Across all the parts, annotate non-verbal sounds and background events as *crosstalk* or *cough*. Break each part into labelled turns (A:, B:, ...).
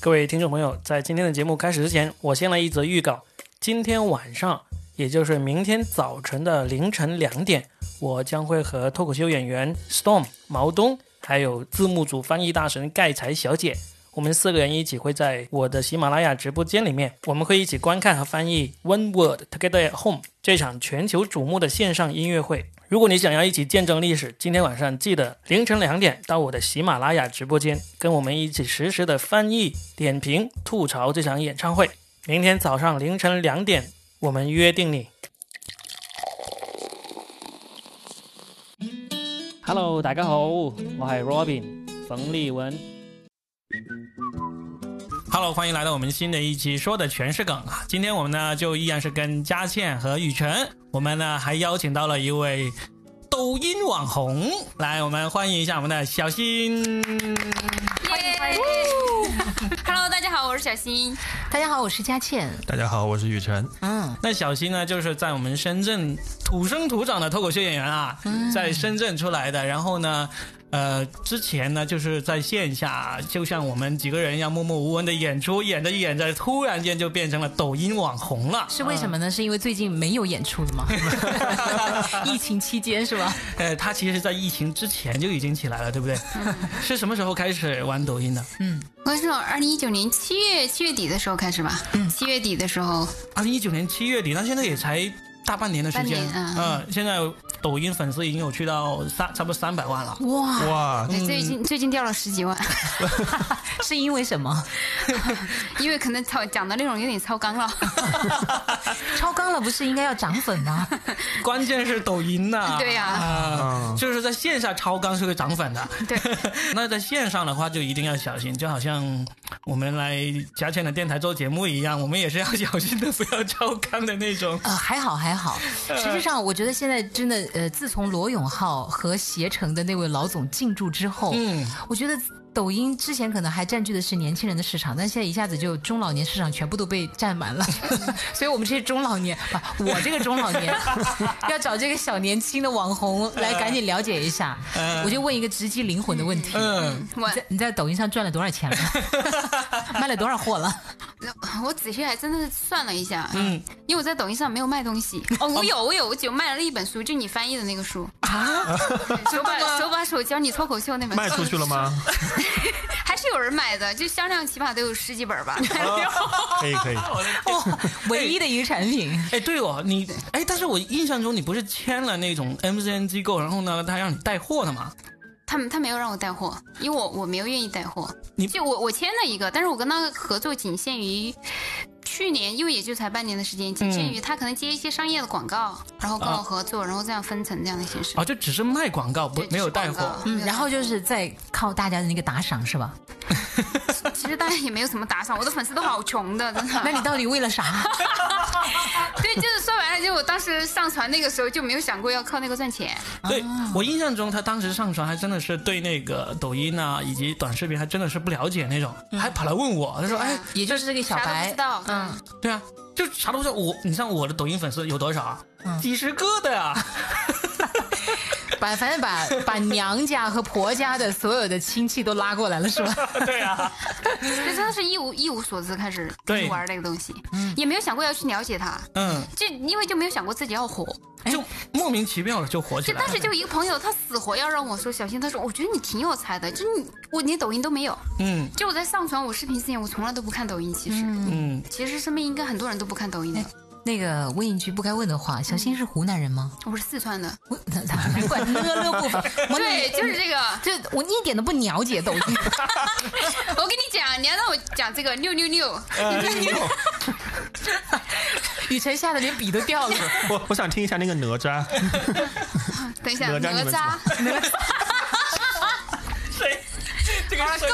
A: 各位听众朋友，在今天的节目开始之前，我先来一则预告：今天晚上，也就是明天早晨的凌晨两点，我将会和脱口秀演员 Storm 毛东，还有字幕组翻译大神盖才小姐，我们四个人一起会在我的喜马拉雅直播间里面，我们会一起观看和翻译《One World Together at Home》这场全球瞩目的线上音乐会。如果你想要一起见证历史，今天晚上记得凌晨两点到我的喜马拉雅直播间，跟我们一起实时的翻译、点评、吐槽这场演唱会。明天早上凌晨两点，我们约定你。Hello，大家好，我系 Robin 冯立文。Hello，欢迎来到我们新的一期，说的全是梗啊！今天我们呢就依然是跟佳倩和雨辰，我们呢还邀请到了一位抖音网红，来，我们欢迎一下我们的小新。
B: 欢迎欢迎。Hello，大家好，我是小新。
C: 大家好，我是佳倩。
D: 大家好，我是雨辰。
C: 嗯，
A: 那小新呢，就是在我们深圳土生土长的脱口秀演员啊，在深圳出来的。然后呢，呃，之前呢就是在线下，就像我们几个人一样默默无闻的演出，演着演着，突然间就变成了抖音网红了。
C: 是为什么呢？是因为最近没有演出了吗？ *laughs* 疫情期间是吧？
A: 呃，他其实，在疫情之前就已经起来了，对不对？
B: 嗯
A: 是什么时候开始玩抖音的？
B: 我是从二零一九年七月七月底的时候开始吧，
D: 嗯
B: 七月底的时候，
A: 二啊零一九年七月底，那现在也才大半年的时间。
B: 半年
A: 嗯、
B: 嗯
A: 现在抖音粉丝已经有去到三，差不多三百万了。
C: 哇，
D: 哇，
B: 对最
D: 嗯
B: 近最近掉了十几
D: *laughs*
B: 万，
C: 是因为什么？
B: 因为可能操讲的内容有点超
D: *laughs*
B: 纲了。
C: 超纲了不是应该要涨粉吗？
A: 关键是抖音呐、
B: *laughs* 对呀
A: 啊
D: 嗯
A: 就是在线下超纲是会涨粉的。
B: 对，
A: *laughs* 那在线上的话就一定要小心，就好像我们来佳倩的电台做节目一样，我们也是要小心的，不要超纲的那种。
C: 呃，还好
A: *laughs*
C: 还好。实际上，我觉得现在真的，呃，自从罗永浩和携程的那位老总进驻之后，
A: 嗯，
C: 我觉得抖音之前可能还占据的是年轻人的市场，但现在一下子就中老年市场全部都被占满
A: *laughs*
C: 了，所以我们这些中老年，不，我这个中老
A: *laughs*
C: 年要找这个小年轻的网红来赶紧了解一下。我就问一个直击灵魂的问题。
A: 嗯，
B: 我
C: 你在你在抖音上赚了多少
A: *laughs*
C: 钱了？卖了多少货了？
B: 我仔细还真的算了一下，
A: 嗯，
B: 因为我在抖音上没有卖东西。
D: *laughs*
B: 哦，我有我有，我只有卖了一本书，就你翻译的那个书啊，手把手把手教你脱口秀那本书
D: 卖出去了？吗？
B: 还是有人买的，就销量起码得有十几
D: *laughs*
B: 本吧。 *laughs*
D: 哦可以可以，
C: 哇，哦唯一的一个产品。
A: 哎，对哦，你哎，但是我印象中你不是签了那种 MCN 机构，然后呢，他让你带货的嘛？
B: 他们他没有让我带货，因为我我没有愿意带货。
A: 你
B: 就我我签了一个，但是我跟他合作仅限于去年，因为也就才半年的时间，仅限于他可能接一些商业的广告，然后跟我
A: 嗯啊
B: 合作，然后这样分成这样的形式。
A: 啊，就只是卖广告，不
B: 对
A: 没有带货。，
B: 只是广告没有
C: 嗯，
B: 带
C: 然后就是在靠大家的那个打赏是吧？
B: 其实大家也没有什么打赏，我的粉丝都好穷的，真
A: *laughs*
C: 那
B: 的。
C: 你到底为
B: *laughs*
C: 了啥？
B: 对，就是说白了，就我当时上传那个时候就没有想过要靠那个赚钱。
A: 对
B: 啊
A: 我印象中，他当时上传还真的是对那个抖音啊以及短视频还真的是不了解那种，
B: 嗯
A: 还跑来问我，他说：“
B: 啊
A: 哎，
C: 也就是这个小
B: 啥都不
C: 白
B: 知，道，
C: 嗯，
A: 对啊，就啥都不知道。我，你像我的抖音粉丝有多少啊？
C: 嗯
A: 几十个的
B: *laughs*
A: 呀、
C: 把反正把把娘家和婆家的所有的亲戚都拉过来
B: *laughs*
C: 了是吧？
A: 对啊，
B: 这真的是一无一无所知开始
A: 对
B: 玩这个东西，也没有想过要去了解它，
A: 嗯，
B: 就因为就没有想过自己要火。
A: 就莫名其妙的就火起
B: 就
A: 来
B: 当
A: 了。
B: 时就一个朋友，他死活要让我说小新，他说我觉得你挺有才的，就是你我连抖音都没有，
A: 嗯
B: 就我在上传我视频之前，我从来都不看抖音，其实、
A: 嗯，
B: 其实身边应该很多人都不看抖音的，
C: 那个问一句不该问的话，小新是湖南人吗？
B: 我是四川的，
C: 我难怪呢了
B: *laughs*
C: 不分，我
B: 对，就是这个。
C: 就我一点都不了解抖音。
B: *laughs* 我跟你讲，你要让我讲这个六六六，
D: 哎
C: 雨辰吓得连笔都掉
B: *laughs*
C: 了。
D: 我我想听一下那个哪吒，
B: 等一下哪
D: 哪吒你们
B: 吒， *laughs*
A: 谁？这
B: 好了，啊够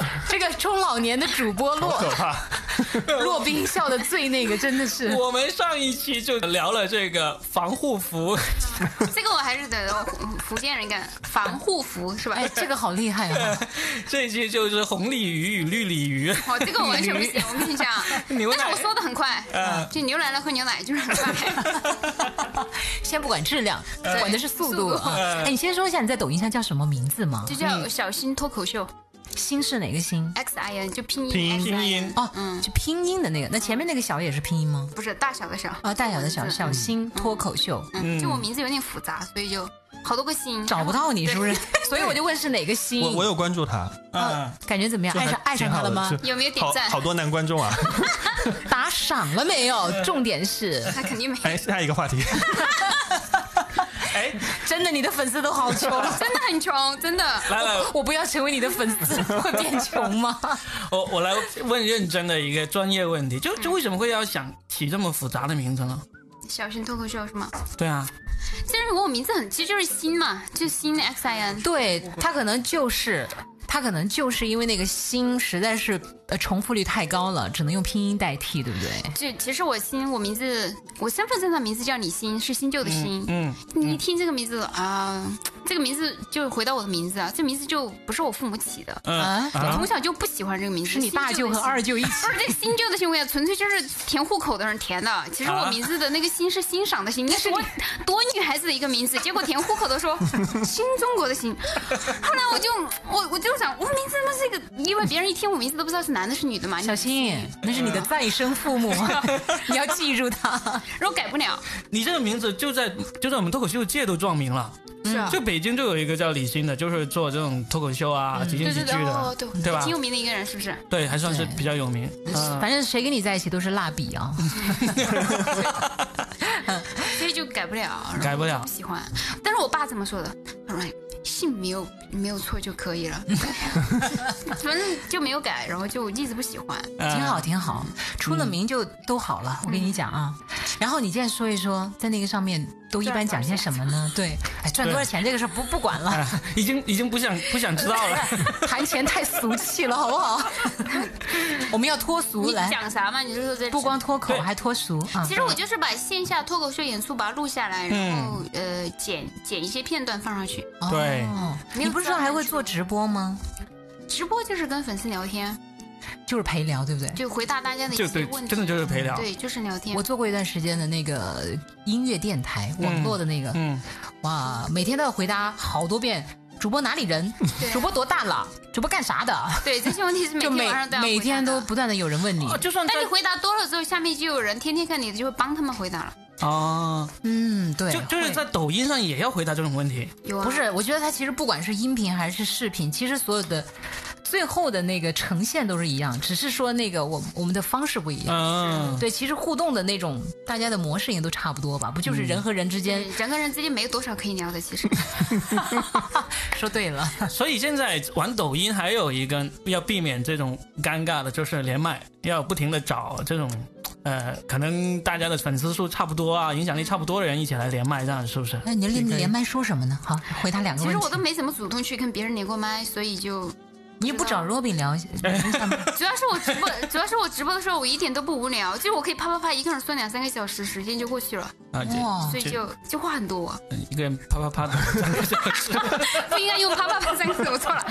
B: 了，
C: 这个中老年的主播
D: 好
B: *laughs*
D: 可
C: 洛
D: 怕！
C: 洛宾笑的最那个，真的是
A: 我们上一期就聊了这个防护服，
B: 这个我还是得福福建人干防护服是吧？
C: 哎，这个好厉
B: *laughs*
C: 害啊！
A: 这一期就是红鲤鱼与绿鲤鱼。
B: 哦，这个我完全不行，我跟你 *laughs* 讲，
A: 牛奶
B: 但是我说的很快，
D: 嗯
B: 就牛奶来喝牛奶就是很
D: *laughs*
B: 快，
C: 先不管质量，
B: 对嗯
C: 管的是速
B: 速
C: 度
B: 度
C: 啊！哎，你先说一下你在抖音上叫什么名字吗
B: 就？叫小新脱口秀。
C: 星是哪个星？
B: X I N 就拼音
D: 拼音
B: X
D: 拼
B: I
D: 音
B: N，
C: 哦，
B: 嗯
C: 就拼音的那个。那前面那个小也是拼音吗？
B: 不是哦大小的小，
C: 啊，大小的小小星脱口秀。
B: 嗯，就我名字有点复杂，所以就好多个星
C: 找不到你
B: 对
C: 是不是？ *laughs* 所以我就问是哪个星？
D: 我我有关注他，
A: 啊，
C: 感觉怎么样？
D: 就
C: 爱
D: 还
C: 上爱上
D: 挺
C: 他
D: 好
C: 了
D: 的
C: 吗？
D: 是
B: 有没有点
D: 好
B: 赞
D: 好多男观众啊！
C: 打赏了没有？重点是，
B: *laughs* 那肯定没。
D: 哎，下一个话题，
A: 哎，
C: 真的你的粉丝都好穷。
B: *laughs* 真的很穷，真的。
A: 来来，
C: 我不要成为你的粉丝，会变穷吗？
A: 我我来问认真的一个专业问题，就就为什么会要想起这么复杂的名字呢？
B: 小型脱口秀是吗？
A: 对啊，
B: 其实我名字很，其实就是新嘛，就新 X I N。
C: 对他可能就是，他可能就是因为那个心实在是呃重复率太高了，只能用拼音代替，对不对？
B: 就其实我新，我名字，我身份证上名字叫李欣，是新旧的新。
A: 嗯，
B: 你一听这个名字啊、这个名字就回到我的名字啊，这名字就不是我父母起的，
A: 嗯
C: 啊
B: 我从小就不喜欢这个名字。
C: 是你大舅和二舅一起
B: 不是这个新旧的新，我也纯粹就是填户口的人填的。其实我
A: 啊哎
B: 名字的那个“新”是欣赏的“欣”，那是我多女孩子的一个名字。结果填户口的说新中国
A: *laughs*
B: 的“新”，后来我就我我就想，我名字他妈是一个，因为别人一听我名字都不知道是男的是女的嘛，
C: 小心，那是你的再生父母，你要记住他。
B: 然后改不了。
A: 你这个名字就在就在我们脱口秀界都撞名了。
B: 是啊
A: 就北京就有一个叫李欣的，就是做这种脱口秀啊、即兴
B: 对
A: 喜
B: 对
A: 剧
B: 对，哦
A: 的，
B: 对，
A: 对吧
B: 挺？有名的一个人，是不是？
A: 对，还算是比较有名。嗯
C: 反正谁跟你在一起都是蜡笔啊，
B: 所以就改不了，然后
A: 改不了
B: 就不喜欢。但是我爸怎么说的？他说哎：“姓没有没有错就可
A: *laughs*
B: 以了。”反正就没有改，然后就一直不喜欢。
C: 挺
A: 啊
C: 好，挺好。出了名就都好了，我跟你讲啊。然后你现在说一说，在那个上面都一般讲些什么呢？对，哎，赚多少钱这个事儿不不管了，
A: 啊已经已经不想不想知道了。
C: 谈钱太俗气了，好不好？我们要脱俗
B: 你
C: 来。啊
B: 讲啥嘛？你就说这
C: 不光脱口
A: 对
C: 还脱俗啊
B: 其！实我就是把线下脱口秀演出把它录下来，
C: 嗯
B: 然后、呃剪剪一些片段放上去。
C: 哦
A: 对
C: 你不是说还会做直播吗？
B: 直播就是跟粉丝聊天，
C: 就是陪聊，对不对？
B: 就回答大家的一
A: 就
B: 些
A: 对
B: 问，题。嗯
A: 真的就是陪聊。
B: 对，就是聊天
C: 我。做过一段时间的那个音乐电台，网络的那个，
A: 嗯，
C: 哇，每天都要回答好多遍。主播哪里人？
B: 对啊
C: *laughs* 主播多大了？主播干啥的？
B: 对，这些问题是每
C: 就
B: 天
C: 每
B: 晚上都要
C: 每
B: 回答
C: 天都
B: 的。
C: 不断的有人问你
A: 哦，，就算在
B: 但你回答多了之后，下面就有人天天看你的，就会帮他们回答了。
A: 啊，
C: 嗯，对，
A: 就就是
C: 会
A: 在抖音上也要回答这种问题。
B: 有啊，
C: 不是，我觉得它其实不管是音频还是视频，其实所有的最后的那个呈现都是一样，只是说那个我我们的方式不一样。
A: 嗯，
C: 对，其实互动的那种大家的模式也都差不多吧，不就是人和人之间？
B: 嗯人跟人之间没有多少可以聊的，其
C: *laughs*
B: 实
C: 说对了，
A: 所以现在玩抖音还有一个要避免这种尴尬的，就是连麦要不停的找这种。呃，可能大家的粉丝数差不多啊，影响力差不多的人一起来连麦，这样是不是？
C: 那你连
A: 你可以
C: 连麦说什么呢？好，回答两个
B: 其
C: 问
B: 实
C: 题。
B: 我都没怎么主动去跟别人连过麦，所以就
C: 你不找 Robin 聊一下，
B: 主要是我直播， *laughs* 主要是我直播的时候我一点都不无聊，就是我可以啪啪啪一个人说两三个小时，时间就过去了，
A: 啊，这 *laughs*
C: 哇
B: 所以就就话很多。
A: 一个人啪啪啪的，
B: *laughs* 不应该用啪啪啪三个字，我错了，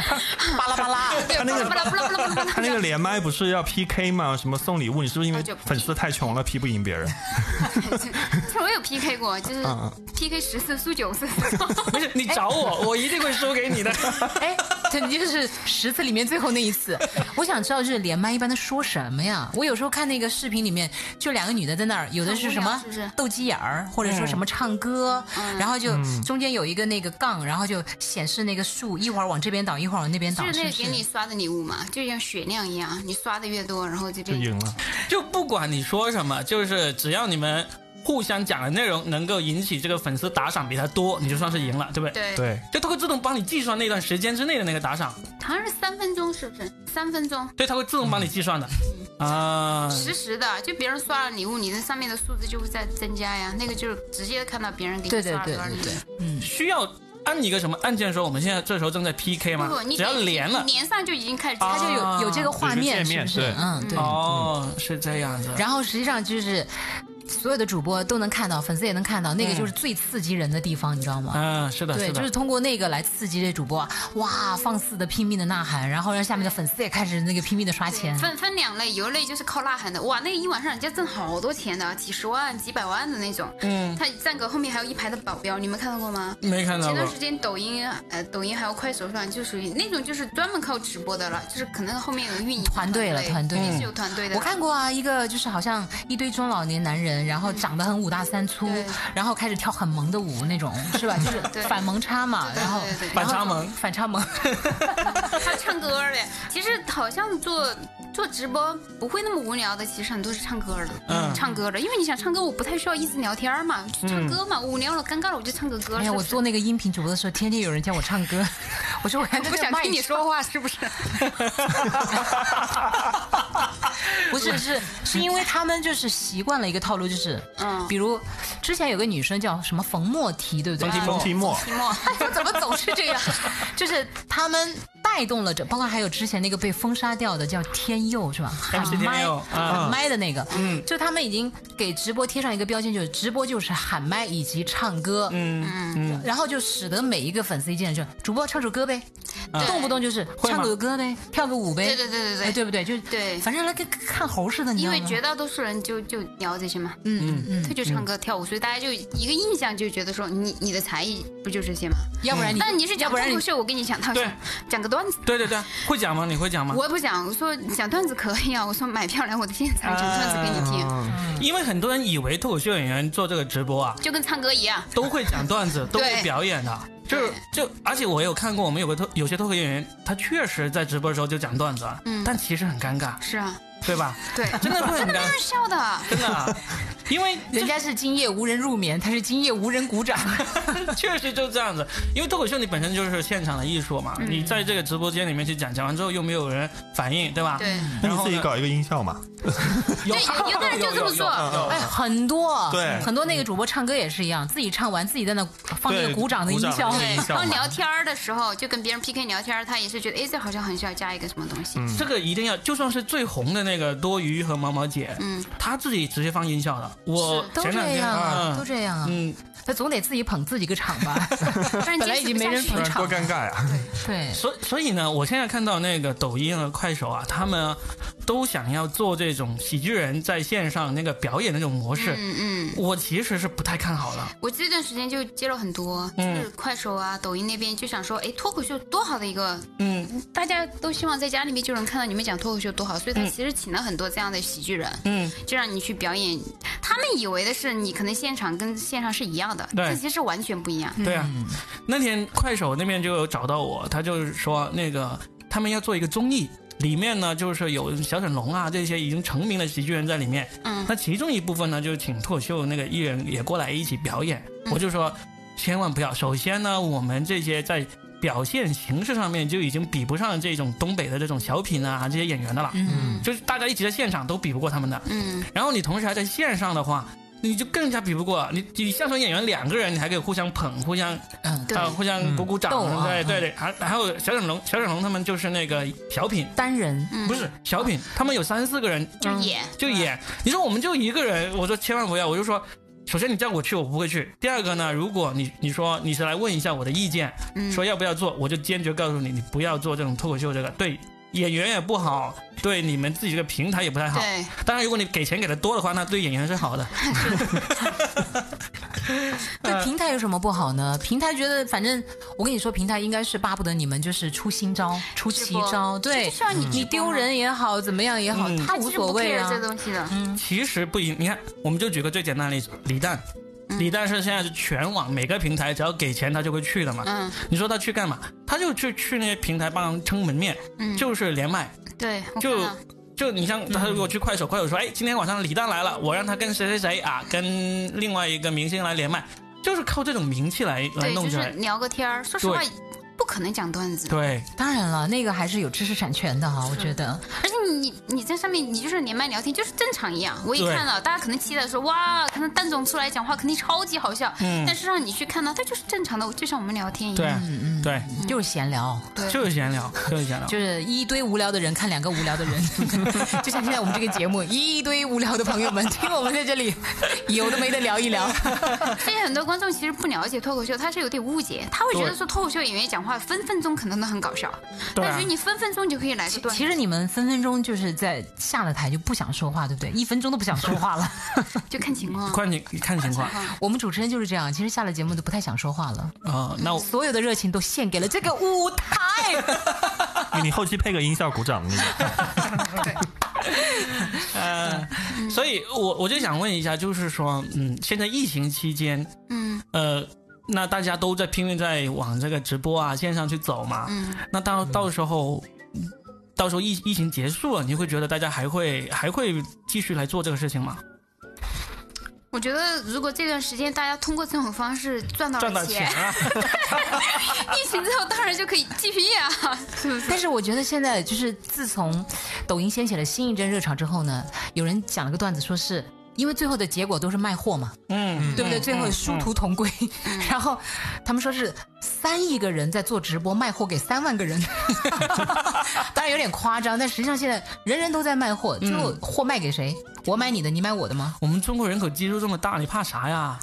B: 巴拉巴拉， *laughs* 对，巴拉巴拉巴拉巴拉巴拉
D: 他那个连麦不是要 PK 吗？什么送礼物？你是不是因为
B: 哦就 PK
D: 粉丝太穷了批不赢别人？
B: 其实我有 PK 过，就是 PK 十次输九次， *laughs*
A: 不是你找我，我一定会输给你的。
C: 哎，这就是十次里面最后那一次。我想知道，就是连麦一般都说什么呀？我有时候看那个视频里面，就两个女的在那儿，有的是什么
B: 很无聊是不是
C: 斗鸡眼儿，或者说什么唱歌，然后就中间有一个那个杠，然后就显示那个数，一会儿往这边倒，一会儿往那边倒，
B: 就是
C: 是
B: 那
C: 不
B: 个给你
C: 是？
B: 刷的礼物嘛，就像血量一样，你刷的越多，然后就
D: 就
B: 变
D: 赢了。
A: 就不管你说什么，就是只要你们互相讲的内容能够引起这个粉丝打赏比他多，你就算是赢了，对不对？
B: 对，
D: 对，
A: 就它会自动帮你计算那段时间之内的那个打赏，
B: 好像是三分钟，是不是？三分钟。
A: 对，它会自动帮你计算的。啊，
B: 实时的，就别人刷了礼物，你那上面的数字就会在增加呀。那个就是直接看到别人给
C: 对
B: 你
C: 对
B: 刷了
C: 对
B: 多少礼
C: 对
B: 物。
C: 对，
A: 需要按一个什么按键说我们现在这时候正在 PK 吗
B: 不不，？你
A: 只要
B: 点
A: 连了
B: 你，连上就已经开始，
A: 啊
B: 他
C: 它就
B: 就有
C: 有有这个画面，
D: 有一个
C: 是
D: 界
C: 不
D: 面
C: 是
D: 对？
C: 嗯，对。
A: 哦，是这样子。
C: 然后实际上就是所有的主播都能看到，粉丝也能看到，那个就是最刺激人的地方，你知道吗？
A: 啊，是的，
C: 对，
A: 嗯是
C: 就是
A: 的，
C: 通过那个来刺激这主播，啊哇，放肆的拼命的呐喊，然后让下面的粉丝也开始那个拼命的刷钱。
B: 分分两类，有一类就是靠呐喊的，哇，那一晚上人家挣好多钱的，几十万、几百万的那种。嗯，他赞哥后面还有一排的保镖，你们看到过吗？
A: 没看到
B: 前段
A: 过
B: 时。间抖音，呃，抖音还有快手上就属于那种，就是专门靠直播的了，就是可能后面有运营
C: 团队了团队嗯
B: 也是有团队的。
C: 我看
B: 过，
C: 过啊，一个就是好像一堆中老年男人，然后长得很五大三粗
B: 嗯对，
C: 然后开始跳很萌的舞那种，是吧？就是
B: 对
C: 反萌差嘛，
B: 对对
C: 然后
B: 对对
A: 反差萌
C: 反差萌。
B: 他唱歌的，其实好像做做直播不会那么无聊的，其实很多是唱歌的，
A: 嗯
B: 唱歌的，因为你想唱歌，我不太需要一直聊天嘛，唱歌嘛，我无聊了、尴尬了，我就唱个歌。
C: 嗯哎
B: 是
C: 呀，
B: 不
C: 我
B: 是
C: 做那个音频主播的时候，天天有人叫我唱歌， *laughs* 我说我还在
B: 不
C: 这
B: 想
C: 卖
B: 听你
C: 唱
B: 说话，是不是？
C: 不是，是是因为他们就是习惯了一个套路，就是，
B: 嗯
C: 比如之前有个女生叫什么冯莫提，对不对？
D: 冯提莫，
B: 提
C: *laughs*
B: 莫，
C: 我怎么总是这样？ *laughs* 就是他们带动了这，包括还有之前那个被封杀掉的叫天佑是吧？喊
A: MC 天
C: 麦
A: 佑啊
C: 喊麦的那个，嗯，就他们已经给直播贴上一个标签，就是直播就是喊麦以及唱歌，嗯嗯，然后就使得每一个粉丝一进来就主播唱首歌呗，动不动就是
A: 会吗
C: 唱个歌呗，跳个舞呗，
B: 对对对对对
C: 哎对不对？就
B: 对
C: 反正来跟看猴似的，你知
B: 因
C: 道吗
B: 为绝大多数人就就聊这些嘛，
C: 嗯嗯嗯，
B: 他就唱歌跳舞，所以大家就一个印象就觉得说你你的才艺不就这些吗？
C: 要不哎然你，
B: 但你是
C: 要
B: 讲
C: 不
B: 脱
C: 然你
B: 口秀，我跟你讲，他
A: 对
B: 讲讲个段子，
A: *laughs* 对对对，会讲吗？你会讲吗？
B: 我不讲，我说讲段子可以啊，我说买票来我的现
C: *laughs* 啊
B: 场讲段子给你听，
A: 因为很多人以为脱口秀演员做这个直播啊，
B: 就跟唱歌一样，
A: 都会讲段子，都会
B: 对
A: 表演的。就
B: 对
A: 就，而且我有看过，我们有个脱有些脱口秀演员，他确实在直播的时候就讲段子，
B: 嗯
A: 但其实很尴尬，
B: 是啊，
A: 对吧？
B: 对，
A: 真的会很尴
B: 当然笑
C: *laughs*
B: 的。
A: 真的
B: *laughs*
A: 啊，因为
C: 人家是今夜无人入眠，他是今夜无人鼓掌。
A: *laughs* 确实就这样子，因为脱口秀你本身就是现场的艺术嘛，你在这个直播间里面去讲，讲完之后又没有人反应，对吧？
B: 对，
D: 那
A: 然
D: 你
A: 后
D: 自己
A: 呢？
D: 搞一个音效嘛？
A: *laughs* 有
B: *laughs* 对有的人就这么做
A: 有有有有有
C: 哎，很多，
D: 对
C: 很多那个主播唱歌也是一样，自己唱完自己在那放那
D: 对
C: 个鼓掌的音
D: 鼓掌
C: 效
D: 的。那个
B: 对
D: 影，响
B: 然后
D: 嘛
B: 聊天儿的时候，就跟别人 PK 聊天儿，他也是觉得，哎，这好像很需要加一个什么东
C: 嗯
B: 西。
A: 这个一定要，就算是最红的那个多余和毛毛姐，
B: 嗯，
A: 她自己直接放音效的。我
C: 都
A: 前两
C: 这
A: 天
C: 样啊，都
A: 嗯
C: 这样啊，
A: 嗯，
C: 他总得自己捧自己个场
B: *laughs*
C: 吧？
B: 不然
C: 本来已
B: 坚持
C: 经
B: 不
C: 没
B: 下
C: 人
B: 去
C: 捧场
D: 多，尴尬呀！
C: 对，
A: 所所以呢，我现在看到那个抖音和快手啊，他们都想要做这种喜剧人在线上那个表演那种模式，
B: 嗯嗯。
A: 我其实是不太看好的。
B: 我这段时间就接了很多，就
A: 嗯
B: 是快手啊、抖音那边就想说，哎，脱口秀多好的一个，
A: 嗯
B: 大家都希望在家里面就能看到你们讲脱口秀多好，所以他其实请了很多这样的喜剧人，
A: 嗯，
B: 就让你去表演。他们以为的是你可能现场跟线上是一样的，
A: 对
B: 但其实完全不一样。
A: 对啊，那天快手那边就有找到我，他就是说那个他们要做一个综艺，里面呢就是有小沈龙啊这些已经成名的喜剧人在里面。
B: 嗯
A: 那其中一部分呢，就是请脱口秀那个艺人也过来一起表演。我就说，千万不要。首先呢，我们这些在表现形式上面就已经比不上这种东北的这种小品啊这些演员的了，
C: 嗯，
A: 就是大家一起在现场都比不过他们的。
B: 嗯，
A: 然后你同时还在线上的话。你就更加比不过你，你相声演员两个人，你还可以互相捧、互相
C: 嗯
B: 对
A: 啊，互相鼓鼓掌，
C: 斗啊
A: 对对
C: 嗯
A: 对，还还有小沈龙，小沈龙他们就是那个小品，
C: 单人，
B: 嗯啊
A: 不是小品，他们有三四个人
B: 就演。
A: 就演，你说我们就一个人，我说千万不要，我就说。首先，你叫我去，我不会去。第二个呢，如果你你说你是来问一下我的意见，
B: 嗯
A: 说要不要做，我就坚决告诉你，你不要做这种脱口秀，这个对演员也不好，对你们自己这个平台也不太好。
B: 对，
A: 当然，如果你给钱给的多的话，那对演员是好的。
C: *laughs*
B: 嗯
C: 对平台有什么不好呢？平台觉得，反正我跟你说，平台应该是巴不得你们就是出新招、出
B: 直
C: 奇
B: 播
C: 招，对
B: 就，需要你
C: 你
B: 直播
C: 丢
B: 嘛，
C: 人也好，怎么样也好，
A: 嗯
C: 他无
B: 其实
C: 所
B: 不
C: 谓
B: care
C: 啊
B: 这。东西的，
A: 其实不一，你看，我们就举个最简单的例子，李诞，
B: 嗯
A: 李诞是现在是全网每个平台只要给钱他就会去的嘛。
B: 嗯
A: 你说他去干嘛？他就去去那些平台帮人撑门面，
B: 嗯，
A: 就是连麦。
B: 对，我
A: 就
B: 看到
A: 就你像他如果去快手，快手说，哎，今天晚上李诞来了，我让他跟谁谁谁啊，跟另外一个明星来连麦，就是靠这种名气来来
B: 对，
A: 弄
B: 就
A: 起
B: 是
A: 来。
B: 聊个天儿，说实
A: 对
B: 话，不可能讲段子。
A: 对，
C: 当然了，那个还是有知识产权的哈，我觉得。
B: 而且你你在上面你就是连麦聊天就是正常一样，我也
A: 对
B: 看了，大家可能期待说哇，可能蛋总出来讲话肯定超级好笑，
A: 嗯
B: 但是让你去看到它就是正常的，就像我们聊天一
A: 对
B: 样。
A: 对，
C: 就是闲聊，
B: 对
A: 就是闲聊，就是闲聊。
C: 就是一堆无聊的人看两个无聊的人， *laughs* 就像现在我们这个节目，一堆无聊的朋友们
B: *laughs*
C: 听我们在这里有的没的聊一聊。
B: 所以很多观众其实不了解脱口秀，他是有点误解，他会觉得
A: 对
B: 说脱口秀演员讲话分分钟可能都很搞笑，
A: 对
B: 但
A: 啊
B: 是你分分钟就可以来个段子。
C: 其实你们分分钟就是在下了台就不想说话，对不对？一分钟都不想说话了。
B: 就看情况。
A: 看你看情况啊、
C: 我们主持人就是这样，其实下了节目就不太想说话了，
A: 呃那我
C: 所有的热情都献给了这个舞台。 *laughs*
D: 你你后期配个音效鼓掌，那个
A: 呃，所以我我就想问一下，就是说，嗯，现在疫情期间，
B: 嗯
A: 呃，那大家都在拼命在往这个直播啊线上去走嘛，
B: 嗯，
A: 那到到时候。到时候疫疫情结束了，你会觉得大家还会还会继续来做这个事情吗？
B: 我觉得如果这段时间大家通过这种方式赚到
A: 赚到
B: 了
A: 钱啊！
B: *laughs* 疫情之后当然就可以继续呀、是不是？
C: 但是我觉得现在就是自从抖音掀起了新一阵热潮之后呢，有人讲了个段子，说是因为最后的结果都是卖货嘛，
A: *laughs* 嗯，
C: 对不对？
A: 嗯
C: 最后殊途同归。然后他们说是三亿个人在做直播卖货给三万个人， *laughs* 当然有点夸张，但实际上现在人人都在卖货，最
A: 嗯
C: 后货卖给谁？我买你的，你买我的吗？
A: 我们中国人口基数这么大，你怕啥呀？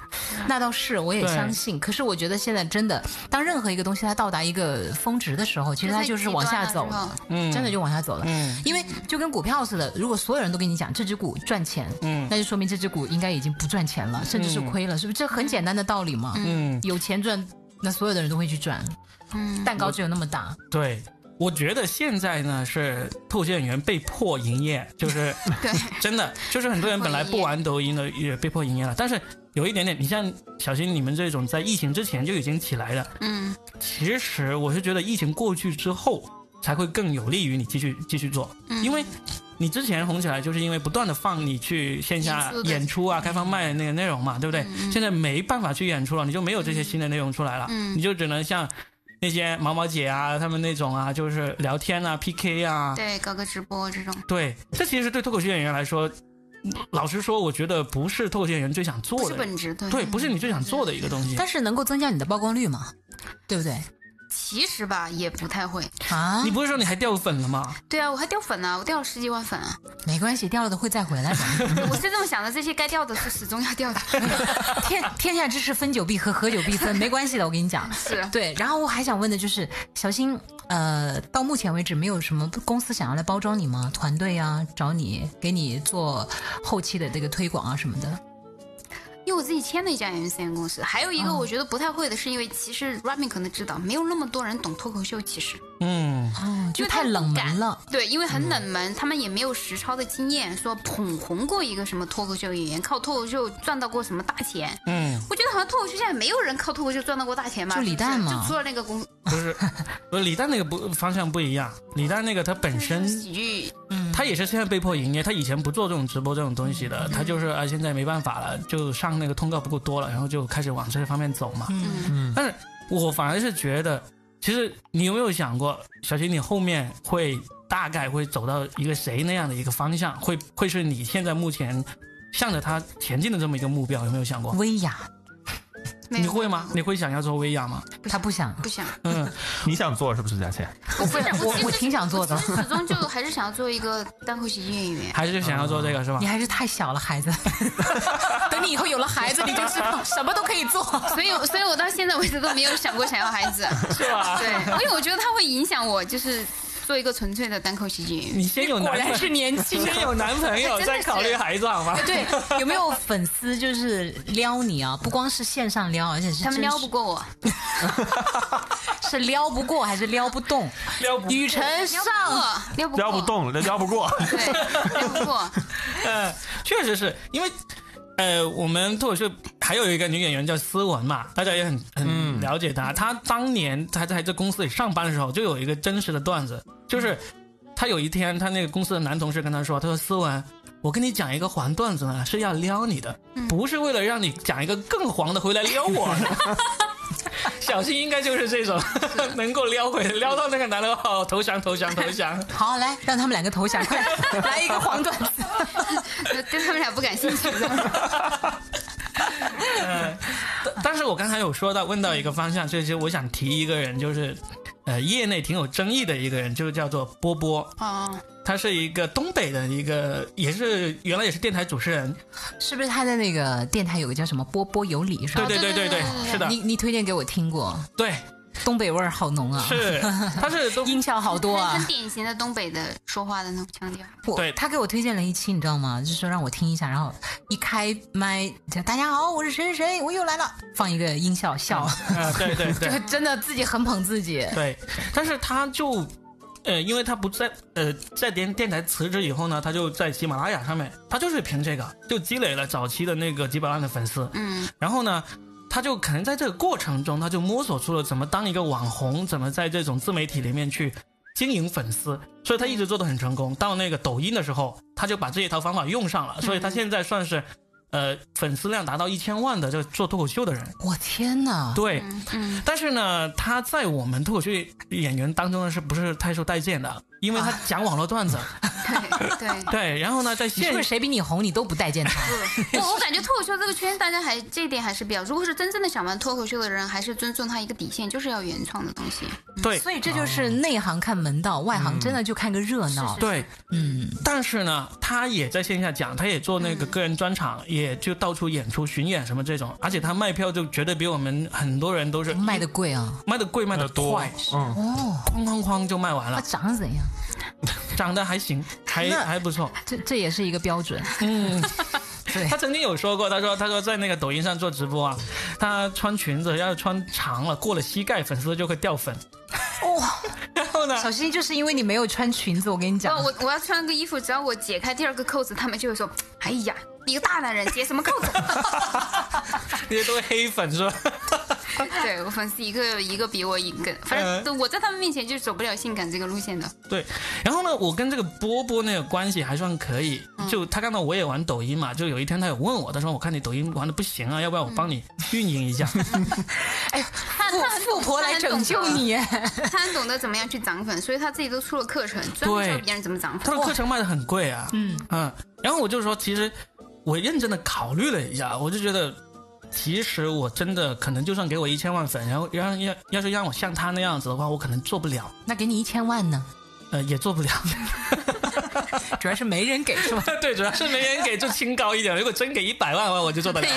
C: 那倒是，我也
A: 对
C: 相信。可是我觉得现在真的，当任何一个东西它到达一个峰值的时候，其实它就是往下走了，
B: 啊
A: 嗯，
C: 真的就往下走了。
A: 嗯
C: 因为就跟股票似的，如果所有人都跟你讲这只股赚钱，
A: 嗯
C: 那就说明这只股应该已经不赚钱了，甚至是亏了，是不是？这很简单的道理嘛。
A: 嗯，
C: 有钱赚，那所有的人都会去赚。
B: 嗯
C: 蛋糕只有那么大，
A: 对，我觉得现在呢是脱口秀演员被迫营业，就是
B: 对，
A: 真的，就是很多人本来不玩抖音的也被迫营业了。但是有一点点，你像小新你们这种在疫情之前就已经起来了，
B: 嗯，
A: 其实我是觉得疫情过去之后才会更有利于你继续继续做，
B: 嗯
A: 因为。你之前红起来，就是因为不断的放你去线下
B: 演出的
A: 演出啊、开放麦那个内容嘛，对不
B: 嗯
A: 对？现在没办法去演出了，你就没有这些新的内容出来了，
B: 嗯
A: 你就只能像那些毛毛姐啊，他们那种啊，就是聊天
B: 嗯
A: 啊、PK 啊，
B: 对，搞个直播这种，
A: 对，这其实对脱口秀演员来说，老实说，我觉得不是脱口秀演员最想
B: 不
A: 做
B: 是
A: 的，
B: 本嗯职，对，
A: 对，不是你最想做的一个东西。
C: 但是能够增加你的曝光率嘛？对不对？
B: 其实吧，也不太会。
C: 啊
A: 你，不是说你还掉粉了吗？
B: 对啊，我还掉粉呢、我掉了十几万粉啊！
C: 没关系，掉了的会再回来的。
B: 对我是这么想的，这些该掉的是始终要掉的，
C: 天天下之事，分久必合，合久必分，没关系的。我跟你讲，
B: 是。 *laughs*
C: 对。然后我还想问的就是，小新，呃，到目前为止没有什么公司想要来包装你吗？团队啊，找你给你做后期的这个推广啊什么的。
B: 因为我自己签了一家 MCN 公司，还有一个
C: 哦
B: 我觉得不太会的是，因为其实 Robin 可能知道，没有那么多人懂脱口秀，其实
A: 嗯，
C: 哦，就
B: 因为
C: 太
B: 他不
C: 冷门
B: 敢
C: 了。
B: 对，因为很冷门，他们也没有实操的经验，说捧红过一个什么脱口秀演员，靠脱口秀赚到过什么大钱。
A: 嗯，
B: *laughs* 我觉得好像脱口秀现在没有人靠脱口秀赚到过大钱吧？
C: 就是李
B: 不是
C: 诞嘛
B: 就除了那个公
A: 不是，不是李诞那个不方向不一样，李诞那个他本
B: *laughs*
A: 身
B: 喜剧，
A: 他也是现在被迫营业，他以前不做这种直播这种东西的，他就是啊，现在没办法了，就上那个通告不够多了，然后就开始往这方面走嘛。
B: 嗯，
A: 但是我反而是觉得，其实你有没有想过，小新你后面会大概会走到一个谁那样的一个方向，会会是你现在目前向着他前进的这么一个目标，有没有想过？
C: 薇娅，
B: 没有
A: 你会吗？你会想要做薇娅吗？
C: 他不想。
B: 不想，
A: 嗯，
D: 你想做是不是？佳倩，
B: *laughs* 我不想，
C: 我
B: 其实
C: 我挺想做的
B: 我其实始终就还是想要做一个单口喜剧演员。
A: 还是想要做这个是吧
C: 你？还是太小了，孩 *laughs* 子。等你以后有了孩子，你就知道什么都可以做。
B: *laughs* 所以，所以我到现在为止都没有想过想要孩子， *laughs* 是吧？对，因为我觉得它会影响我，就是做一个纯粹的单口喜剧演员。
A: 你先有
C: *laughs* 果
A: 男
C: 然
A: 朋
C: 是
A: 友，
C: 年轻人
A: 先。有男朋友
B: 真的是
A: 再考虑孩子好吗？
C: 对，有没有粉丝就是撩你啊？不光是线上撩，而且是
B: 他们
C: 真
B: 撩不过我，
C: 是撩不过，还是撩不 *laughs* 动？
A: 撩不
C: 雨辰上
B: 撩不过，哎撩不过，
D: 撩不，动了，撩不过。
B: 对，撩不过。 *laughs*
A: 呃， *laughs* 确实是因为。呃，我们脱口秀还有一个女演员叫思文嘛，大家也很很了解她。她当年她在这公司里上班的时候，就有一个真实的段子，就是她有一天，她那个公司的男同事跟她说：“她说思文，我跟你讲一个黄段子呢，是要撩你的，不是为了让你讲一个更黄的回来撩我的。” *laughs* 小新应该就是这种， *laughs* 能够撩回撩到那个男的哦，投降投降投降。
C: 好，来让他们两个
A: *laughs*
C: 投降，快来一个黄段子。
B: 对他们俩不感兴趣的。
A: *laughs* 但是我刚才有说到问到一个方向，所以其实我想提一个人，就是呃业内挺有争议的一个人，就叫做波波，
B: *laughs* 哦，
A: 他是一个东北的一个，也是原来也是电台主持人，
C: 是不是他的那个电台有个叫什么“波波有理”是吧？
A: 对啊对对，是的
C: 你，你推荐给我听过，
A: 对，
C: 东北味儿好浓啊，
A: 是，他 *laughs* 是东
C: 音效好多
B: 很
C: 啊
B: 很。典型的东北的说话的那种腔调。
C: 我
A: 对
C: 他给我推荐了一期，你知道吗？就说让我听一下，然后一开麦，大家好，我是谁谁谁，我又来了，放一个音效笑，
A: 啊，对对对 *laughs*
C: 就真的自己很捧自己。
A: 对，但是他就。呃，因为他不在呃在电电台辞职以后呢，他就在喜马拉雅上面，他就是凭这个就积累了早期的那个几百万的粉丝，
B: 嗯，
A: 然后呢，他就可能在这个过程中，他就摸索出了怎么当一个网红，怎么在这种自媒体里面去经营粉丝，所以他一直做的很成功。到那个抖音的时候，他就把这一套方法用上了，所以他现在算是。呃，粉丝量达到一千万的这个做脱口秀的人，
C: 我天哪！
A: 对，
B: 嗯嗯，
A: 但是呢，他在我们脱口秀演员当中呢，是不是太受待见的？因为他讲网络
C: *laughs*
A: 段子，
B: *laughs* 对对。
A: 对，然后呢，在
C: 哦你是
A: 现
C: 不是谁比你红，你都不待见他？
B: *laughs* 我我感觉脱口秀这个圈，大家还这一点还是比较，如果是真正的想玩脱口秀的人，还是尊重他一个底线，就是要原创的东西。
A: 对
C: 所以这就是内行看门道，外行真的就看个热闹。
A: 对，
C: 嗯，
A: 但是呢，他也在线下讲，他也做那个个人专场，也就到处演出、巡演什么这种，而且他卖票就绝对比我们很多人都是
C: 卖的贵啊。
A: 卖的贵、卖的
D: 多
A: 快，，
D: 嗯，
C: 哦，
A: 哐哐哐就卖完
C: 他
A: 了，
C: 长得怎样？
A: 长得还行，还
C: 啊那
A: 还不错。
C: 这这也是一个标 *laughs* 准。
A: 嗯，
C: 对
A: 他，曾经有说过，他说他说在那个抖音上做直播啊，他穿裙子要是穿长了，过了膝盖，粉丝就会掉粉。然后呢，
C: 小新就是因为你没有穿裙子，我跟你讲
B: 哦，，我 *laughs* 我要穿个衣服，只要我解开第二个扣子，他们就会说：“哎呀，一个大男人解什么扣子 *laughs*
A: 这些都是黑粉是吧？？”
B: 对我粉丝一个一个比我一个，反
A: 嗯
B: 正我在他们面前就走不了性感这个路线 *laughs* 的。
A: 对，然后呢，我跟这个波波那个关系还算可以。就他看到我也玩抖音嘛，就有一天他有问我，他说：“我看你抖音玩的不行啊，要不要我帮你运营一下
B: 他
C: 富
B: 他很
C: 富婆来拯救，你。
B: 他很懂得他很懂得怎么样去涨粉，所以他自己都出了课程，专门教
A: 对
B: 别人怎么涨？”
A: 他
B: 粉。
A: 说：“课程卖的很贵啊。”
C: 嗯
A: 嗯，然后我就说，其实我认真的考虑了一下，我就觉得，其实我真的可能就算给我一千万粉，然后让要要是让我像他那样子的话，我可能做不了，
C: *laughs* 那给你一千万呢，
A: 呃，也做不了。 *laughs*
C: 主要是没人给 *laughs* 是吧？
A: 对，主要是没人给就清高一点，如果真给一百万的话，我就做得了。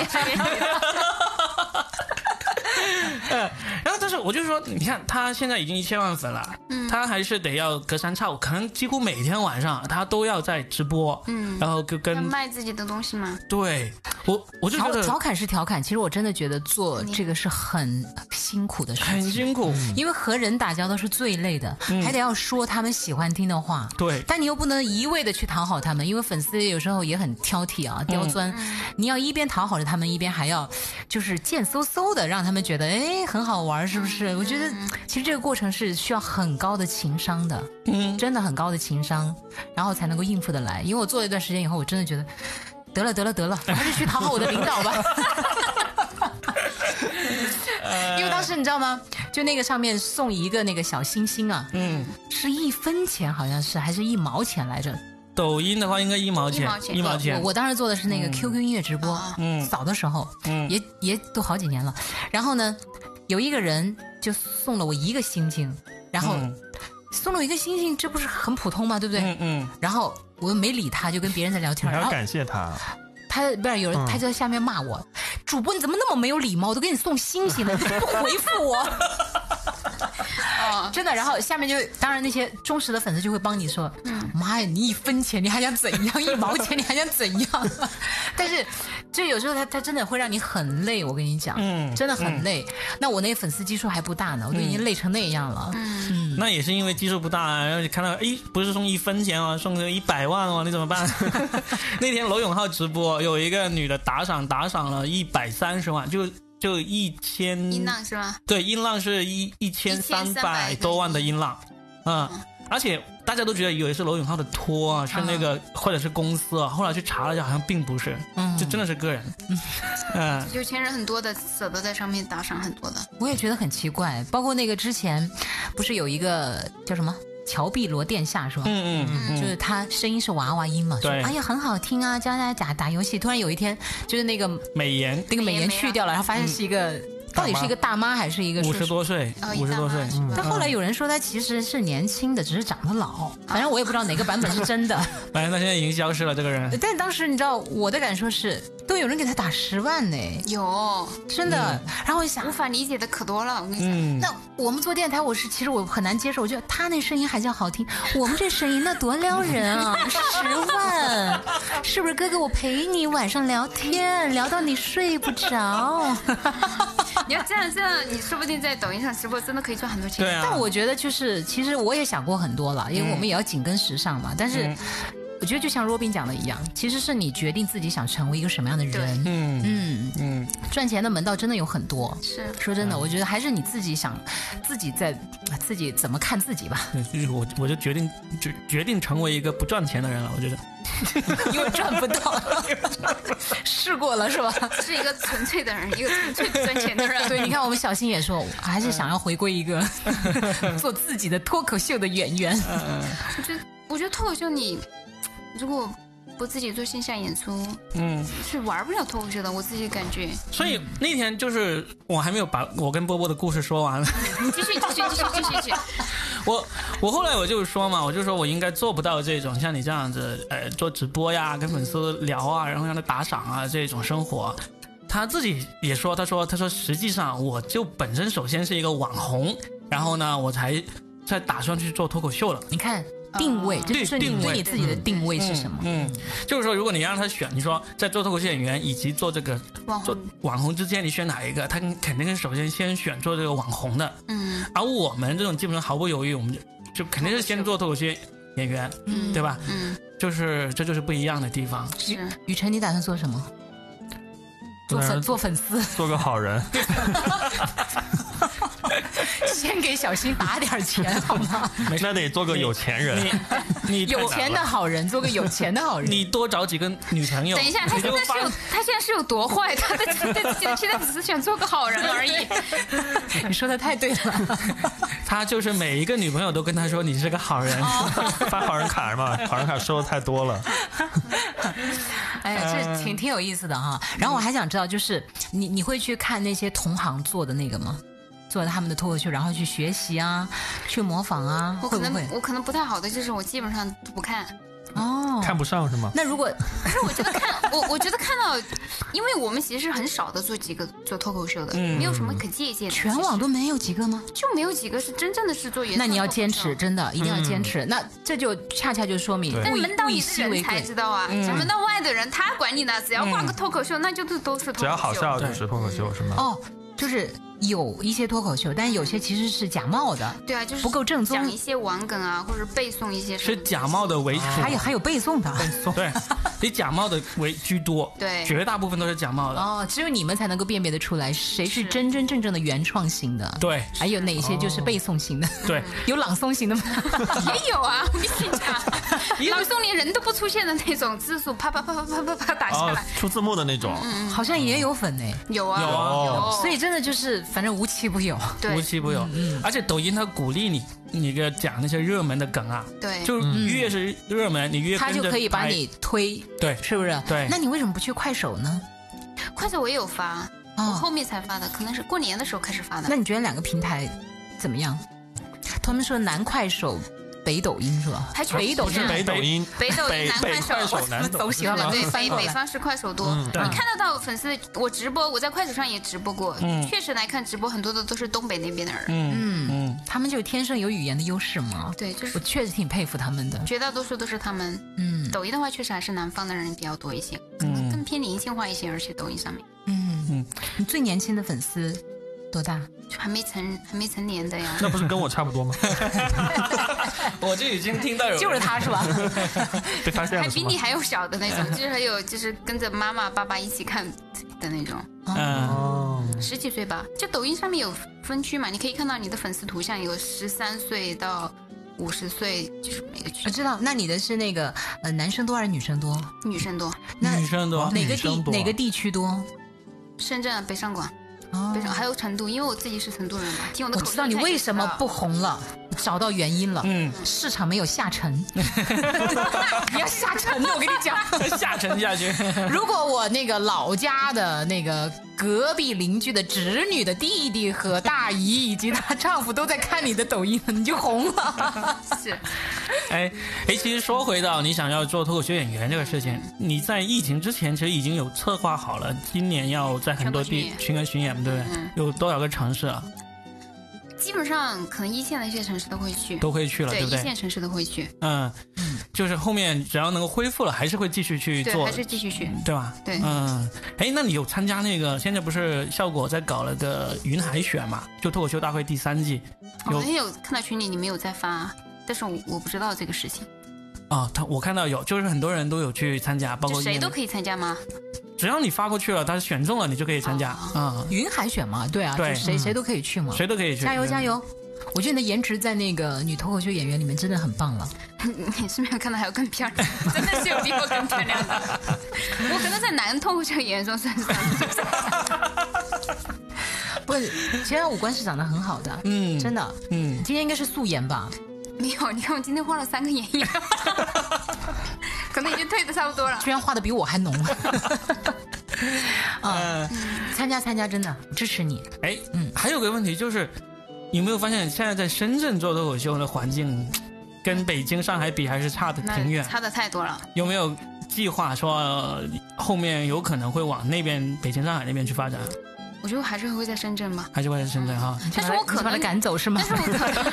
A: 然后，但是我就说，你看他现在已经一千万粉了，
B: 嗯
A: 他还是得要隔三差五，可能几乎每天晚上他都要在直播，
B: 嗯，
A: 然后就
B: 要
A: 跟
B: 卖自己的东西嘛。
A: 对我，我就觉
C: 调 *laughs* 调
A: 得
C: 侃是调侃，其实我真的觉得做这个是很辛苦嗯的事
A: 很
C: 情，
A: 辛苦，
C: 因为和人打交道是最累的，还得要说他们喜欢听的话。
A: 对
C: 但你又不能一味的去讨好他们，因为粉丝有时候也很挑剔啊、刁钻。
A: 嗯
C: 你要一边讨好着他们，一边还要就是贱嗖嗖的让他们觉得哎很好玩，是不是？
A: 嗯
C: 我觉得其实这个过程是需要很高的情商的，
A: 嗯，
C: 真的很高的情商，然后才能够应付得来。因为我做了一段时间以后，我真的觉得得了得了得了，我还是去讨好我的领导
A: *laughs*
C: 吧。因为当时你知道吗？就那个上面送一个那个小星星啊，
A: 嗯，
C: 是一分钱好像是还是一毛钱来着？
A: 抖音的话应该一毛
B: 一
A: 钱
B: 毛，钱
A: 一毛
C: 我
A: 钱，
C: 我当时做的是那个
A: 嗯
C: QQ 音乐直播，
B: 啊
A: 嗯
C: 早的时候，
A: 嗯
C: 也也都好几年了。然后呢，有一个人就送了我一个星星，然后
A: 嗯
C: 送了我一个星星，这不是很普通吗？对不对？
A: 嗯嗯，
C: 然后我又没理他，就跟别人在聊天
D: 你
C: 儿。然
D: 还要
C: 后
D: 感谢他，
C: 他不是有人，
D: 嗯
C: 他就在下面骂我：“主播你怎么那么没有礼貌？我都给你送星星了，你怎么不回复我？”
B: 哦，
C: 真的，然后下面就当然那些忠实的粉丝就会帮你说：“妈呀，你一分钱你还想怎样？一毛钱你还想怎样？” *laughs* 但是就有时候他他真的会让你很累，我跟你讲，
A: 嗯
C: 真的很累。那我那粉丝基数还不大呢，我都已经累成那样了。
B: 嗯
A: 那也是因为基数不大，然后你看到哎，不是送一分钱哦，送个一百万哦，你怎么
B: *laughs*
A: 办？那天罗永浩直播，有一个女的打赏打赏了一百三十万，就就一千
B: 音浪是吧？
A: 对，音浪是一一千三
B: 1300
A: 百多万的音浪，嗯，而且大家都觉得以为是罗永浩的托啊，是那个或者是公司啊，后来去查了一下，好像并不是，
C: 嗯
A: 就真的是个人。嗯，
B: 有钱人很多的，舍得在上面打赏很多的。
C: 我也觉得很奇怪，包括那个之前，不是有一个叫什么乔碧罗殿下是吧？
A: *laughs* 嗯嗯嗯，
C: 就是他声音是娃娃音嘛，说
A: 对
C: 哎呀很好听啊，教大家打打游戏。突然有一天，就是那个
A: 美颜
C: 那个美颜去掉了，然后发现是一个、到底是一个大妈还是一个
A: 嗯五
C: 叔
A: 十
C: 叔？
A: 多岁
B: 哦，
A: 五十多岁嗯
B: 一大妈，是吧
C: 啊嗯但后来有人说他其实是年轻的，只是长得
A: 啊
C: 老。反正我也不知道哪个版本是
A: *laughs*
C: 真的。
A: 反正他现在已经消失了这个人。
C: 但当时你知道我的感受是，都有人给他打十万呢，
B: 有
C: 真的。然后我就想
B: 无，法理解的可多了，我跟你讲。
A: 嗯，
C: 那我们做电台，我是其实我很难接受，我觉得他那声音还叫好听，我们这声音那多撩人啊！十万， *laughs* 是不是哥哥？我陪你晚上聊天，聊到你睡不着。
B: *laughs* 你要这样这样，你说不定在抖音上直播真的可以赚很多钱。
A: 对啊，
C: 但我觉得就是，其实我也想过很多了，因
A: 嗯
C: 为我们也要紧跟时尚嘛。但是我觉得就像若冰讲的一样，其实是你决定自己想成为一个什么样的人。
A: 嗯
C: 嗯，
A: 嗯，
C: 赚钱的门道真的有很多。
B: 是
C: 说真的，我觉得还是你自己想，自己在自己怎么看自己吧， *laughs*
A: 对就是我我就决定决决定成为一个不赚钱的人了，我觉得。
C: 因为赚
A: *laughs*
C: 不到，试过了是吧？
B: 是一个纯粹的人，一个纯粹赚钱的人。 *laughs*
C: 对，你看我们小新也说，还是想要回归一个
A: *laughs*
C: 做自己的脱口秀的演员。
B: 我觉得，我觉得脱口秀你如果不自己做线下演出，
A: 嗯，
B: 是玩不了脱口秀的。我自己感觉，
A: 所以
C: 嗯
A: 那天就是我还没有把我跟波波的故事说完，
B: 你继续，继续，继续，继续，继续。
A: 我我后来我就说嘛，我就说我应该做不到这种像你这样子，呃，做直播呀，跟粉丝聊啊，然后让他打赏啊这种生活。他自己也说，他说他说实际上我就本身首先是一个网红，然后呢我才才打算去做脱口秀了。
C: 你看定位，这
A: 嗯对
C: 就是你
A: 定
C: 对
A: 位
C: 你自己的定位是什么？
A: 嗯，就是说，如果你让他选，你说在做脱口秀演员以及做这个
B: 网
A: 做
B: 红，
A: 网红之间，你选哪一个？他肯定是首先先选做这个网红的，
B: 嗯
A: 而我们这种基本上毫不犹豫，我们就就肯定是先做脱口秀演员，
B: 嗯，
A: 对吧？
B: 嗯，
A: 就是这就是不一样的地方。
B: 是。
C: 雨辰，你打算做什么？做
D: 当
C: 粉
D: 然
C: 做粉丝， *laughs*
D: 做个好人，
C: 先给小新打点钱好
D: *laughs*
C: 吗？
D: 那得做个有钱人。
A: 你多
C: 有钱的好人，做个有钱的好人。
A: 你多找几个女朋友，
B: 等一下，他
A: 你
B: 现
A: 就
B: 在是
A: 发
B: 有，他现在是有多坏？他他他他现在只是想做个好人
A: *laughs*
B: 而已。
C: 你说的太对
D: *laughs*
C: 了，
A: 他就是每一个女朋友都跟他说你是个好人，
C: 哦
D: 发好人卡嘛，好人卡收的太多了。
C: 哎呀，
D: 嗯
C: 这挺挺有意思的哈。然后我还想知道，就是你你会去看那些同行做的那个吗？做他们的脱口秀，然后去学习啊，去模仿啊，
B: 我可
C: 会不
B: 能
C: 会？
B: 我可能不太好的就是我基本上都不看，
C: 哦，
D: 看不上是吗？
C: 那如果
B: 我觉得看 *laughs* 我我觉得看到，因为我们其实是很少的做几个做脱口秀的，没有什么可借鉴的。
C: 全网都没有几个吗？
B: 其实就没有几个是真正的是做原创
C: 那你要
B: 脱口秀
C: 坚持，。真的一定要坚持。那这就恰恰就说明
D: 嗯对
B: 但
C: 物
B: 是
C: 以
B: 门道
C: 物以
B: 里的
C: 稀
B: 人
C: 为
B: 才
C: 贵
B: 知。道啊，门道外的人他管你呢，只要挂个脱口秀，那就是都是脱口秀。
D: 只要好笑就是脱口秀是吗？
C: 哦，就是有一些脱口秀，但有些其实是假冒的，
B: 对啊，就是
C: 不够正宗
B: 讲，一些网梗啊，或者背诵一些什
A: *laughs* 是
B: 么
A: 假冒的为主。
C: 还有还有背诵的。 *laughs*
A: 对，以假冒的为居多，
B: 对
A: 绝大部分都是假冒的。
C: 哦，只有你们才能够辨别得出来谁是
B: 是
C: 真真正正的原创型的，
A: 对
C: 还有哪些就是背诵型的，
A: 对，
C: *laughs* 有朗诵型的吗？
B: 也有啊，我跟你讲，朗诵连人都不出现的那种字数，啪啪啪啪啪啪啪打下
D: 哦
B: 来，，
D: 出字幕的那种，
C: *laughs* 好像也有哦粉哎，
B: 有啊
A: 有啊
B: 有，
C: 所以真的就是反正无奇不有。
A: 无
B: 对
A: 奇不有。
C: 嗯
A: 而且抖音它鼓励你，你给讲那些热门的梗啊，
B: 对，
A: 就越是热门，你越
C: 嗯他就
A: 跟着
C: 可以把
A: 拍
C: 你推，
A: 对
C: *laughs* 是不是？
A: 对
C: 那你为什么不去快手呢？
B: 快手我也有发，我
C: 哦
B: 后面才发的，可能是过年的时候开始发的
C: 那。你觉得两个平台怎么样？他们说南快手，北抖音是吧？
B: 还确实
C: 北抖
B: 是
C: 音
D: 北抖音，
B: 北抖音
D: 北
B: 南
D: 北
B: 快
D: 快
B: 手
D: 手南抖
C: 走
D: 音
C: 喜欢
B: 对
C: 把
B: 对，北
C: 过
B: 北
C: 来。
B: 方是快手多，
D: 嗯
B: 你
D: 对
B: 看得到粉丝，我直播，我在快手上也直播过，
D: 嗯
B: 确实来看直播很多的都是东北那边的人，
A: 嗯嗯
C: 他们就天生有语言的优势嘛。
B: 对，就是
C: 我确实挺佩服他们的。
B: 绝大多数都是他们。
C: 嗯
B: 抖音的话，确实还是南方的人比较多一些，可
D: 嗯
B: 能更偏年轻化一些，而且抖音上面
C: 嗯
A: 嗯
C: 嗯，你最年轻的粉丝多大？
B: 就还没成还没成年的
D: *laughs*
B: 呀。
D: 那不是跟我差不多吗？
A: 我就已经听到有人
C: *laughs* 就是他是吧？
D: 被发现
B: 还
D: 了是
B: 比
D: 吗
B: 你？还要小的那
D: *laughs*
B: 种，就是还有就是跟着妈妈爸爸一起看的那种，
A: 嗯 *laughs*
D: 哦，
B: 十几岁吧。就抖音上面有分区嘛，你可以看到你的粉丝图像有十三岁到五十岁就是每个
C: 我
B: 群
C: 知道，那你的是那个呃，男生多还是女生多？
B: 女生多，
C: 那哦
A: 女生多，
C: 哪个
A: 女生
C: 地
A: 多
C: 哪个地区多？
B: 深圳、北上广、
C: 哦
B: 北上还有成都，因为我自己是成都人嘛，听我的
C: 我
B: 口音
C: 知道你
B: 才
C: 为
B: 知
C: 什么
B: 道
C: 不红了，找到原因了。
E: 嗯，
C: 市场没有下
A: *laughs*
C: 沉， *laughs* 你要下沉的，我跟你讲。
A: 下沉下去，
C: *laughs* 如果我那个老家的那个隔壁邻居的侄女的弟弟和大姨以及她丈夫都在看你的抖音，你就红了。
B: 是
A: 哎哎，其实说回到你想要做脱口秀演员这个事情，你在疫情之前其实已经有策划好了，今年要在很多地全国巡演，对不对？
B: 嗯
A: 有多少个城市啊
B: 基本上可能一线的一些城市都会去，
A: 都会去了，
B: 对
A: 对不
B: 一
A: 对？
B: 线城市都会去，
A: 嗯，就是后面只要能够恢复了，还是会继续去
B: 对，
A: 做
B: 还，是继续去。
A: 对吧？
B: 对
A: 嗯，哎，那你有参加那个现在不是效果在搞了个云海选嘛？就脱口秀大会第三季
B: 我
A: 有
B: 昨天有看到群里你们有在发，但是我我不知道这个事情，
A: 啊，他我看到有，就是很多人都有去参加，包
B: 就
A: 括
B: 谁
A: 燕
B: 都可以参加吗？ *laughs*
A: 只要你发过去了，他选中了，你就可以参加啊、
C: *laughs*
B: 哦
C: 云海选嘛，对啊，
A: 对
C: 就谁谁都可以去嘛。
A: 谁都可以去。
C: 加油加！油！我觉得你的颜值在那个女脱口秀演员里面真的很棒了。
B: 你是没有看到还有更漂亮，
A: *laughs*
B: 真的是有比我更漂亮的。 *laughs* 我可能在男脱口秀演员中算是
C: 不过，其实她五官是长得很好的，
A: 嗯，
C: 真，的。
A: 嗯
C: 你，今天应该是素颜吧？
B: 没有。你看我今天画了三个眼
A: *laughs*
B: 影，可能已经退的差不多了。
C: 居然画的比我还 *laughs* 浓。啊，参加参加，真的支持你。
A: 哎，
C: 嗯
A: 还有个问题就是，有没有发现现在在深圳做脱口秀的环境，跟北京、上海比还是差的 *laughs*
B: 那
A: 挺远？
B: 差的太多了。
A: 有没有计划说呃后面有可能会往那边北京、上海那边去发展，
B: 我觉得我还是会在深圳吧，
A: 还是会在深圳哈？
B: 但是我可
C: 你把他
B: 能，
C: 赶走是吗
B: *laughs* 但？是我可能，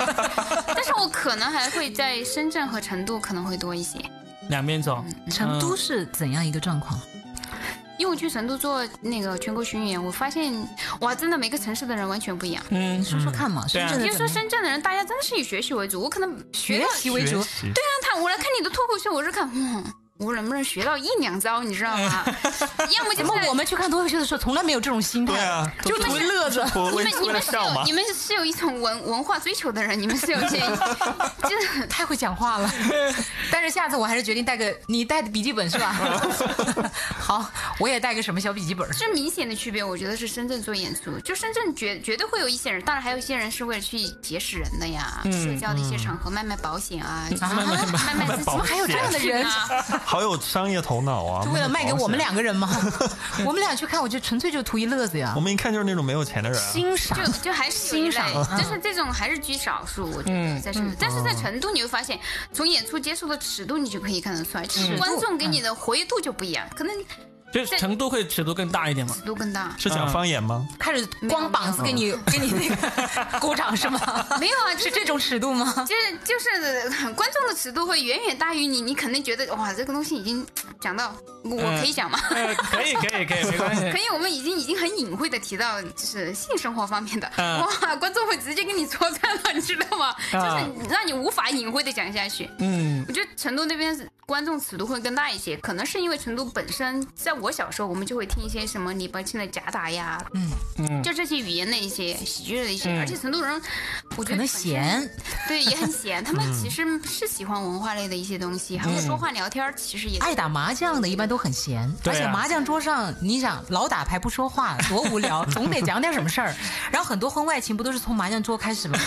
B: 但是我可能还会在深圳和成都可能会多一些，
A: 两边走，
C: 成都是怎样一个状况？
B: 因为我去成都做那个全国巡演，我发现哇，真的每个城市的人完全不一样。
A: 嗯，
C: 你说说看嘛，
A: 对
C: 深
A: 啊
C: 圳
B: 比
C: 的
B: 如
C: 怎
B: 说
C: 么样
B: 深圳的人，大家真的是以学习为主。我可能学
C: 学
B: 到
C: 习为主，
D: 习
B: 那他我来看你的脱口秀，我是看，嗯，我能不能学到一两招，你知道吗？要么就
C: 怎么
B: 是
C: *laughs* 我们去看脱口秀的时候从来没有这种心态？
D: 对啊
C: 就图乐子。
D: 我
B: 你
D: 为
B: 们你
D: 为了
B: 们是
D: 笑嘛
B: 有你，们是有一种文文化追求的人，你们是有这，就是
C: 太会讲话了，但是下次我还是决定带个你带的笔记本是吧？好，我也带个什么小笔记本。
B: 这明显的区别，我觉得是深圳做演出，就深圳绝绝对会有一些人，当然还有一些人是为了去结识人的呀，社交的一些场合卖卖保险啊，嗯 *laughs* 卖卖卖卖自己，怎么
C: 还有这样的人
B: 啊？
D: 好有商业头脑啊！
C: 就为了卖给我们
D: 俩，
C: 两个人吗？我们俩去看，我就纯粹就图一乐子呀
D: 我。们一看就是那种没有钱的人啊。
C: 欣赏
B: 就就还是有一类，就是这种还是居少数，我觉得在深圳。但是在成都，你会发现从演出接触的尺度，你就可以看得出来，就是观众给你的活跃度就不一样，可能
A: 就是成都会尺度更大一点嘛？
B: 尺度更大。
D: 是讲方言吗？
C: 开始光膀子给你给你那个 *laughs* 鼓掌是吗？
B: 没有啊，就是
C: 这种尺度吗？
B: 就是就是观众的尺度会远远大于你，你肯定觉得哇，这个东西已经讲到我我可以讲吗？
A: *laughs* 呃，可以，可以，可以，没关系
B: *laughs* 可。以，我们已经已经很隐晦的提到就是性生活方面的，
A: 嗯
B: 哇，观众会直接跟你说穿了，你知道吗？就是让你无法隐晦的讲下去。
A: *laughs* 啊嗯
B: 我觉得成都那边是观众尺度会更大一些，可能是因为成都本身，在我小时候我们就会听一些什么李伯清的假打呀，
A: 嗯，
B: 就这些语言的一些喜剧的一些，
A: 嗯
B: 而且成都人，我觉得
C: 可能
B: 本身
C: 闲，
B: 对，也很
A: *laughs*
B: 闲。他们其实是喜欢文化类的一些东西，还
A: 嗯
B: 会说话聊天儿，其实也
A: 哎
C: 爱打麻将的一般都很闲，
A: 对啊
C: 而且麻将桌上你想老打牌不说话多无聊，总得讲点什么事 *laughs* 儿。然后很多婚外情不都是从麻将桌开始吗？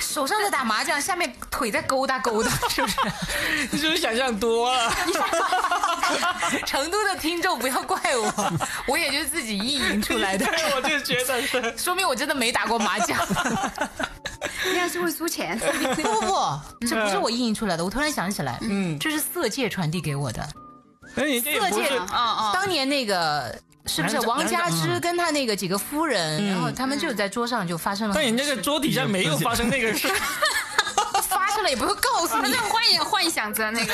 C: 手上在打麻将，下面腿在勾搭勾搭，是 *laughs* 不是？
A: 你是不是想象多了？ *laughs*
C: 成都的听众不要怪我，我也就是自己意淫出来的， *laughs*
A: 我就觉得 *laughs* 是。
C: 说明我真的没打过麻将。
B: 那样是会输钱。
C: *laughs*
A: 哎
B: *laughs*
C: 不不不，这不是我意淫出来的，我突然想起来，嗯，这是色戒传递给我的。
A: 那哎你这也
C: 色
A: 不
C: 戒
A: 是
B: 啊
A: *laughs*
B: 啊，
C: 当年那个是不是
A: 男的
C: 王佳
A: 男嗯
C: 芝跟她那个几个夫人，然后他们就在桌上就发生了，
A: 嗯但人家这个桌底下没有发生那个事，
C: *laughs* 发生了也不会告诉
B: 他
A: 嗯
C: 你
B: 在。幻想幻想着那个，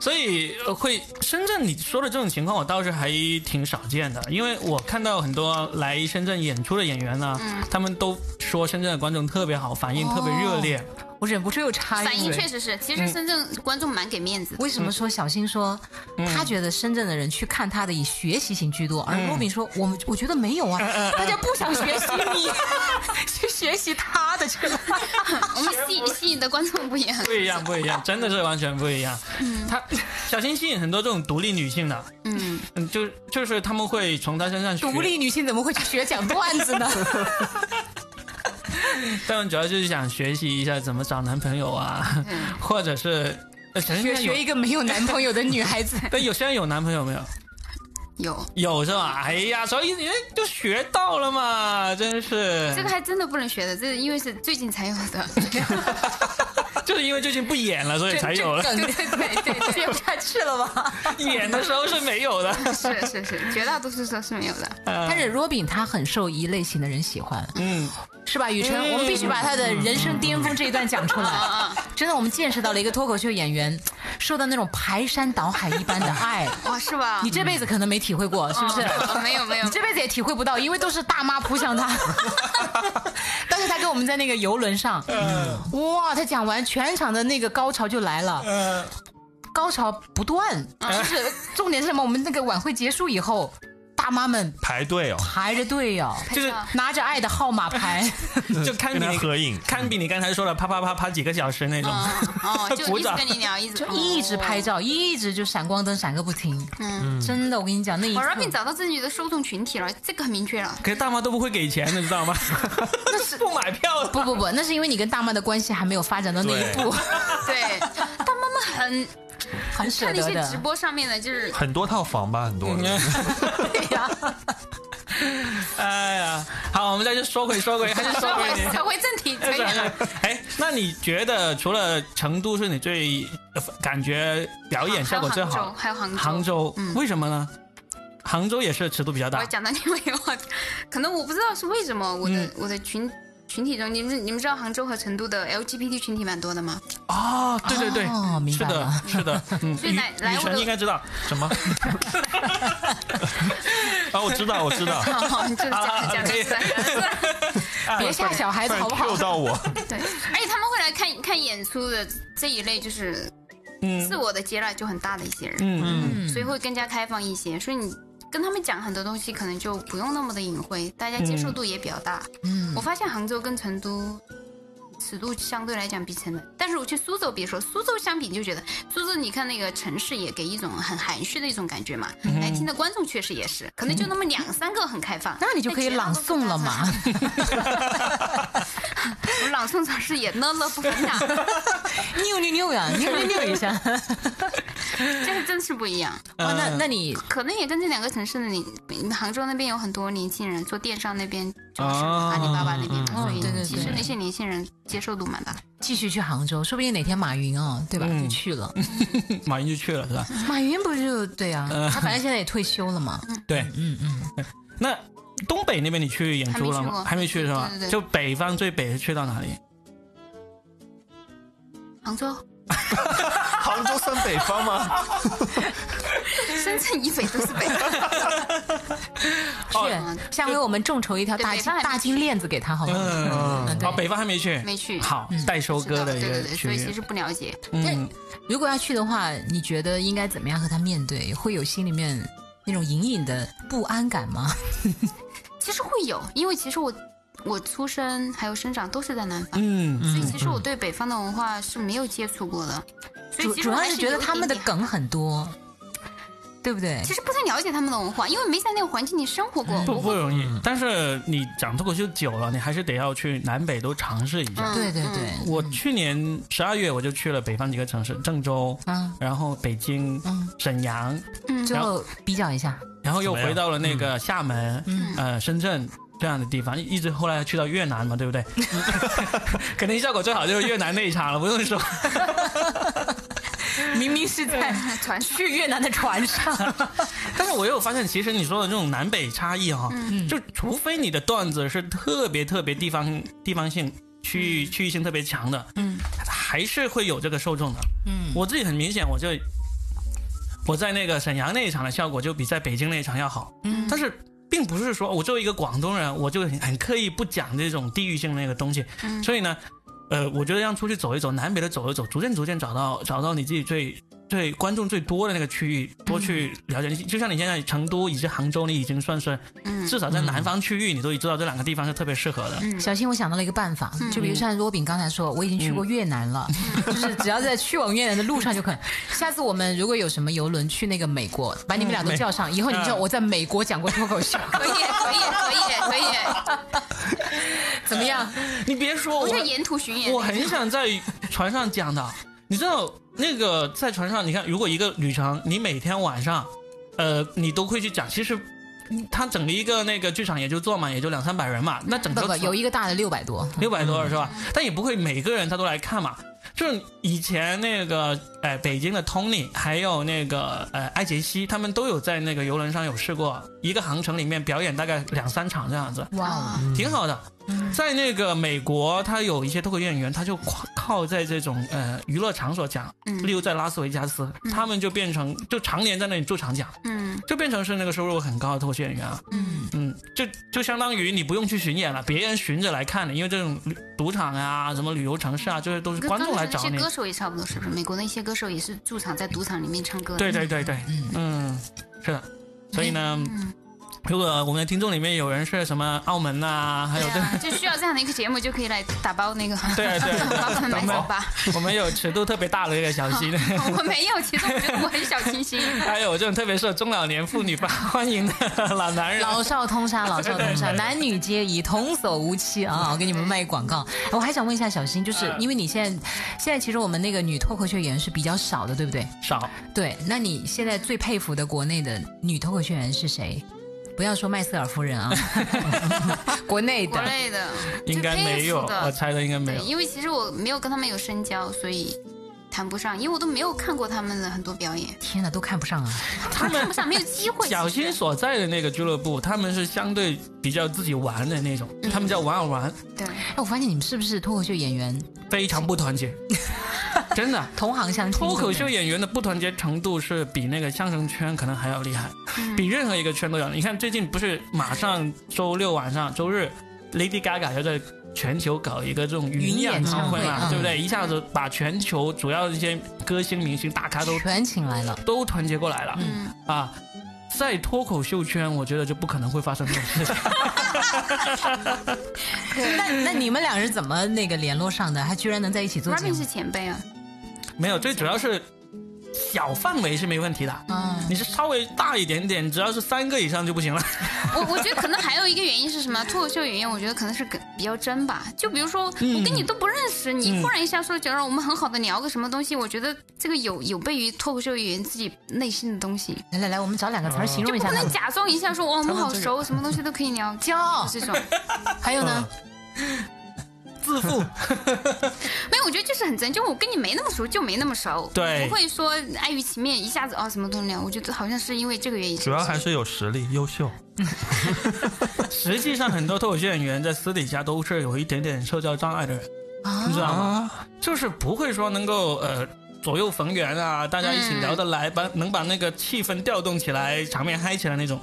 A: 所以呃会深圳你说的这种情况，我倒是还挺少见的，因为我看到很多来
C: 嗯
A: 深圳演出的演员呢，他们都说深圳的观众特别好，反应特别热烈，
C: 我忍不住又插一
B: 反应
C: 嘴
B: 确实是，其
C: 嗯
B: 实深圳观众蛮给面子的。
C: 为什么说小新说、
A: 嗯
C: 他觉得深圳的人去看他的以学习型居多，而
A: 嗯
C: 罗宾说我们我觉得没有啊，大家不想学习你， *laughs* 去学习他的去了。嗯
A: *laughs*
B: 我们吸
C: *laughs*
B: 引吸引的观众不一样。
A: 不一样，不一样，真的是完全不一样。
C: 嗯
A: 他 *laughs* 小新吸引很多这种独立女性的，
B: 嗯，
A: 嗯，就就是他们会从他身上学
C: 独立女性怎么会去学讲段子呢？
A: 他们主要就是想学习一下怎么找男朋友啊，或者是呃小新
C: 嗯 *laughs* 学
A: 现在有
C: 学一个没有男朋友的女孩子。
A: 但有现在有男朋友没有？
B: 有
C: 嗯
A: 有是吧？哎呀，所以人就学到了嘛，真是。
B: 这个还真的不能学的，这是因为是最近才有
C: *laughs*
B: 的。
A: *laughs* 就是因为最近不演了，所以 *laughs* 才有了。
C: 这梗 *laughs*
B: 对对对对，
C: 接不下去了吧？
A: 演的时候是没有的。
B: 是是是，绝大多数时候是没有
C: *laughs*
B: 的。
C: 但是 Robin 他很受一类型的人喜欢，
A: 嗯，啊
C: 是吧？雨辰，我们必须把他的人生巅峰这一段讲出
A: *laughs*
C: 来。真的，我们见识到了一个脱口秀演员受到那种排山倒海一般的
A: *laughs*
C: 爱，
B: 哦，是
A: 啊
B: 吧？
C: 你这辈子可能没体会过，是不是？
B: 哦没有
A: 哎
B: 没有
C: 你，这辈子也体会不到，因为都是大妈扑向他。 *laughs* 当时他跟我们在那个游轮上，
A: 嗯
C: 哇，他讲完全场的那个高潮就来了，
A: 嗯
C: 高潮不断，就是重点是什么？我们那个晚会结束以后，大妈们
D: 排队哦，
C: 排着队哦，
A: 就是
C: *laughs* 拿着爱的号码牌，
A: 就堪
D: 跟
A: 比
D: 他
A: 你
D: 合影，
A: 堪比你刚才说的啪啪啪啪几个小时那种。
B: 嗯哦， *laughs* 就
A: 鼓
B: 一直
A: 掌
B: 跟你聊，一直哦
C: 就一直拍。照，一直就闪光灯闪个不停。真的，我跟你讲，那一
B: 嗯我
C: 刻
B: Robin 找到自己的受众群体了，这个很明确
C: *laughs*
B: 了。
A: 可是大妈都不会给钱的，知道吗？ *laughs* 不买票的。
C: 不不不，那是因为你跟大妈的关系还没有发展到那一步，
B: 对，但妈妈很
C: *laughs* 很舍
B: 看那
C: 得
B: 些直
C: 的。
B: 播上面的，
C: *laughs*
B: 就是
D: 很多套房吧，很多
A: 嗯
D: 人。
C: 对呀，
A: 哎呀，好，我们再去说回说回，还是说回你。
B: 回回
C: *laughs*
B: 正题，可以了。
A: *laughs* 哎，那你觉得除了成都是你最呃感觉表演效果最好？
B: 还有杭州，还有
A: 杭州
B: 嗯
A: 为什么呢？杭州也是尺度比较
B: 我
A: 大，
B: 讲到你们以后，可能我不知道是为什么我的、
A: 嗯
B: 我的群群体中，你们你们知道杭州和成都的 LGBT 群体蛮多的吗？ *laughs*
A: 哦，对对对，
C: 哦明
A: 是
C: 白
A: 的
C: 了，
A: 是的，嗯，
B: 所以
A: 女
B: 来来
A: 女
B: 我
A: 神
B: 的
A: 应该知道
D: 什么？ *laughs* 啊，我知道，我知道，
B: 哦，就是讲讲这个，
C: *laughs*
B: *laughs*
C: 别吓小孩
D: 突
C: 子
D: 然
C: 好不好
D: Q？到我，
B: 对，而且他们会来看看演出的这一类，就是
A: 嗯
B: 自我的接纳就很大的一些人，
A: 嗯
C: 嗯
B: 所以会更加开放一些，所以你。跟他们讲很多东西，可能就不用那么的隐晦，大家接受度也比较大。
C: 嗯
B: 我，发现杭州跟成都尺度相对来讲比成的，但是我去苏州，别说苏州相比，你就觉得苏州，你看那个城市也给一种很含蓄的一种感觉嘛。
C: 嗯
B: 来听的观众确实也是，可能就那么两三个很开放，
C: 那你就可以朗诵了嘛。
B: 我朗诵尝试也乐乐不分呐，
C: 扭扭扭呀，扭扭扭
B: *laughs*
C: 一下。
B: 这个真是不一样。
C: 哇，那
A: 呃
C: 那你
B: 可能也跟这两个城市的你，你杭州那边有很多年轻人做电商那边就是
A: 哦
B: 阿里巴巴那边嘛，
C: 嗯
B: 所以
C: 对对对
B: 其实那些年轻人接受度蛮大的。
C: 继续去杭州，说不定哪天马云啊、对吧，就去了。
A: 嗯，马云就去了是吧？
C: 马云不就对啊，他反正现在也退休了嘛。
A: 对，
C: 嗯嗯，
A: 那东北那边你去演出了吗？还
B: 还
A: 没
B: 没
A: 去
B: 去
A: 是
B: 过
A: 吧
B: 对对？对
A: 就北方最北是去到哪里？
B: 杭州、
D: 杭州算北方吗？
B: 深圳以北都是
C: *laughs*
B: 北。哦
C: 是，下回我们众筹一条大
B: 对北
C: 金
B: 方还没
C: 大金链子给他好吗？
A: 嗯，
C: 嗯对
A: 哦，北方还没去，
B: 没去
A: 好，代收
B: 知道
A: 歌的一
B: 对对
A: 个
B: 对，
A: 区
B: 所以其
A: 域。
B: 实不了解。
A: 嗯，
C: 如果要去的话，你觉得应该怎么样和他面对？会有心里面那种隐隐的不安感
B: *laughs*
C: 吗？
B: 其实会有，因为其实我我出生还有生长都是在南方，
A: 嗯
B: 所以其实我对北方的文化是没有接触过的。所以
C: 主
B: 其实
C: 主
B: 我
C: 要
B: 还
C: 是
B: 是
C: 觉得
B: 有一
C: 他们的
B: 点点，
C: 梗很多，对不对？
B: 其实不太了解他们的文化，因为没在那个环境里生活
C: 嗯
B: 过。
A: 不不容易，但是你讲脱口秀久了，你还是得要去南北都尝试一下。
B: 嗯
C: 对对对，
A: 我去年十二月我就去了北方几个城市，郑州，
C: 嗯
A: 然后北京、
C: 嗯，
A: 沈阳，
C: 最后比较
B: *laughs*
C: 一下，
A: 然后又
D: 怎么样嗯
A: 回到了那个厦门，呃，深圳这样的地方，一直后来去到越南嘛，对不 *laughs*
D: *laughs*
A: 对？肯定效果最好就是越南那一场了，不用说。
C: 明明是在
B: *laughs* 传说
C: 去越南的船上，
A: *laughs* 但是我又发现，其实你说的这种南北差异哈、
C: 嗯
A: 就除非你的段子是特别特别地方地方性。区域区域性特别强的，
C: 嗯，
A: 还是会有这个受众的。
C: 嗯，
A: 我自己很明显，我就我在那个沈阳那一场的效果就比在北京那一场要好。嗯，但是哦并不
C: 嗯
A: 是说我作为一个广东人，我就很很刻意不讲这种地域性的那个东西。所以呢，呃，我觉得让出去走一走，南北的走一走，逐渐逐渐找到找到你自己最最观众最多的那个区域，
C: 嗯
A: 多去了解。你就像你现在成都以及杭州，你已经算是
B: 嗯
A: 至少在南方区域，你都已知道这两个地方是特别适合的。
B: 嗯
C: *laughs* 小新，我想到了一个办法，就比如像罗饼刚才说，我已经去过越南了，
B: 嗯
C: *laughs* 就是只要在去往越南的路上就可
B: *laughs*
C: 以。下次我们如果有什么游轮去那个美国，把你们俩都叫上，以后你知道我在美国讲过脱口秀，
B: *laughs* 嗯
C: *laughs*
B: 可以可以可以可以，
C: *laughs* 怎么样？
A: 你别说，
B: 我
A: 我
B: 就沿途巡演。
A: 我很想在船上讲的，你知道那个在船上，你看，如果一个旅程，你每天晚上，呃，你都会去讲，其实。他整个一个那个剧场也就坐满也就两三百人嘛，那整
C: 不
A: 个
C: 不，有一个大的六百多，
A: 六百多是吧？但也不会每个人他都来看嘛。就是以前那个呃北京的 Tony，还有那个呃艾杰西，他们都有在那个游轮上有试过一个航程里面表演大概两三场这样子，
C: 哇，哦
A: 挺好的。
C: 嗯
A: 在那个美国，他有一些脱口秀演员，他就靠靠在这种呃娱乐场所讲，例
B: 嗯
A: 如在拉斯维加斯，
B: 嗯
A: 他们就变成就常年在那里驻场讲，
B: 嗯
A: 就变成是那个收入很高的脱口秀演员啊。
B: 嗯
A: 嗯，就就相当于你不用去巡演了，别人巡着来看你，因为这种旅赌场啊、什么旅游城市啊，这些都是
B: 跟
A: 观众来
B: 刚才
A: 找
B: 那些
A: 你。
B: 歌手也差不多，是不是？美国的一些歌手也是驻场在赌场里面唱歌。
A: 对，对对对，
C: 嗯
A: 嗯，是的。所以呢，
B: 嗯，
A: 如果我们的听众里面有人是什么澳门呐、还
B: 对
A: 有这，
B: 啊，就需要这样的一个节目，就可以来打包那个
A: *laughs*
B: *laughs*
A: 对啊对，
B: 把本买走吧。
A: 我们有尺度特别大的一个小
B: *laughs*
A: 新，
B: 我没有，其实我觉得我很小
A: *laughs*
B: 清新。
A: 还有这种特别受中老年妇女吧欢迎的 *laughs* 老男人。
C: 老少通 *laughs* 杀，老少通杀，男女皆宜，童叟无欺 *laughs* 啊！我给你们卖广告。哎我还想问一下小新，就是因为你现在现在其实我们那个女脱口秀演员是比较少的，对不对？
A: 少，
C: 对，那你现在最佩服的国内的女脱口秀演员是谁？不要说麦瑟尔夫人 *laughs* 啊，国内
B: 国
C: 的
B: 内的
A: 应该没有，
B: 就佩服的
A: 我猜的应该没
B: 对，
A: 有。
B: 因为其实我没有跟他们有深交，所以谈不上，因为我都没有看过他们的很多表演，
C: 天哪，都看不上啊！
A: 他们
B: 看不上，没有机会。
A: 小
B: 其
A: 新
B: 实
A: 所在的那个俱乐部，他们是相对比较自己玩的那种，他们叫玩好玩，
B: 对，
C: 哎，我发现你们是不是脱口秀演员
A: 非常不团结，真的。
C: 同行相亲？
A: 脱口秀演员的不团结程度是比那个相声圈可能还要厉害，
B: 嗯
A: 比任何一个圈都要。你看最近不是马上周六晚上、周日，Lady Gaga 要在全球搞一个这种
C: 云
A: 云
C: 演
A: 演
C: 唱
A: 唱
C: 会
A: 会嘛，
C: 嗯
A: 对不对？一下子把全球主要的一些歌星、明星、大咖都
C: 全请来了，
A: 都团结过来了
B: 嗯，
A: 啊！在脱口秀圈，我觉得就不可能会发生这种事情。
C: *laughs* 那那你们俩是怎么那个联络上的？还居然能在一起做
B: Robin
C: 节
B: 是
C: 目？
B: 前辈啊，
A: 没有，最主要是小范围是没问题的，
C: 嗯，
A: 你是稍微大一点点，只要是三个以上就不行
C: *laughs*
A: 了。
B: 我我觉得可能还有一个原因是什么？脱口秀演员，我觉得可能是跟比较真吧。就比如说
D: 嗯
B: 我跟你都不认识，你忽然一下说觉得我们很好的聊个什么东西，我觉得这个有有悖于脱口秀演员自己内心的东西，
C: 来来来，我们找两个词儿形
B: 就
C: 容一
B: 不
C: 下他
B: 能
C: 们。
B: 假装一下说哇我们好熟，什么东西都可以聊。
C: 骄 *laughs* 傲，
B: 这种
C: 还有呢？
A: 嗯自负，
B: 没有，我觉得就是很真，就我跟你没那么熟，就没那么熟，
A: 对
B: 不会说碍于情面一下子哦什么都能聊。我觉得好像是因为这个原因，
D: 主要还是有实力，优秀。
A: 实际上很多脱口秀演员在私底下都是有一点点社交障碍的人，
C: 啊
A: 你知道吗？就是不会说能够呃。左右逢源啊，大家一起聊得来，
C: 嗯
A: 把能把那个气氛调动起来，场面嗨起来那种。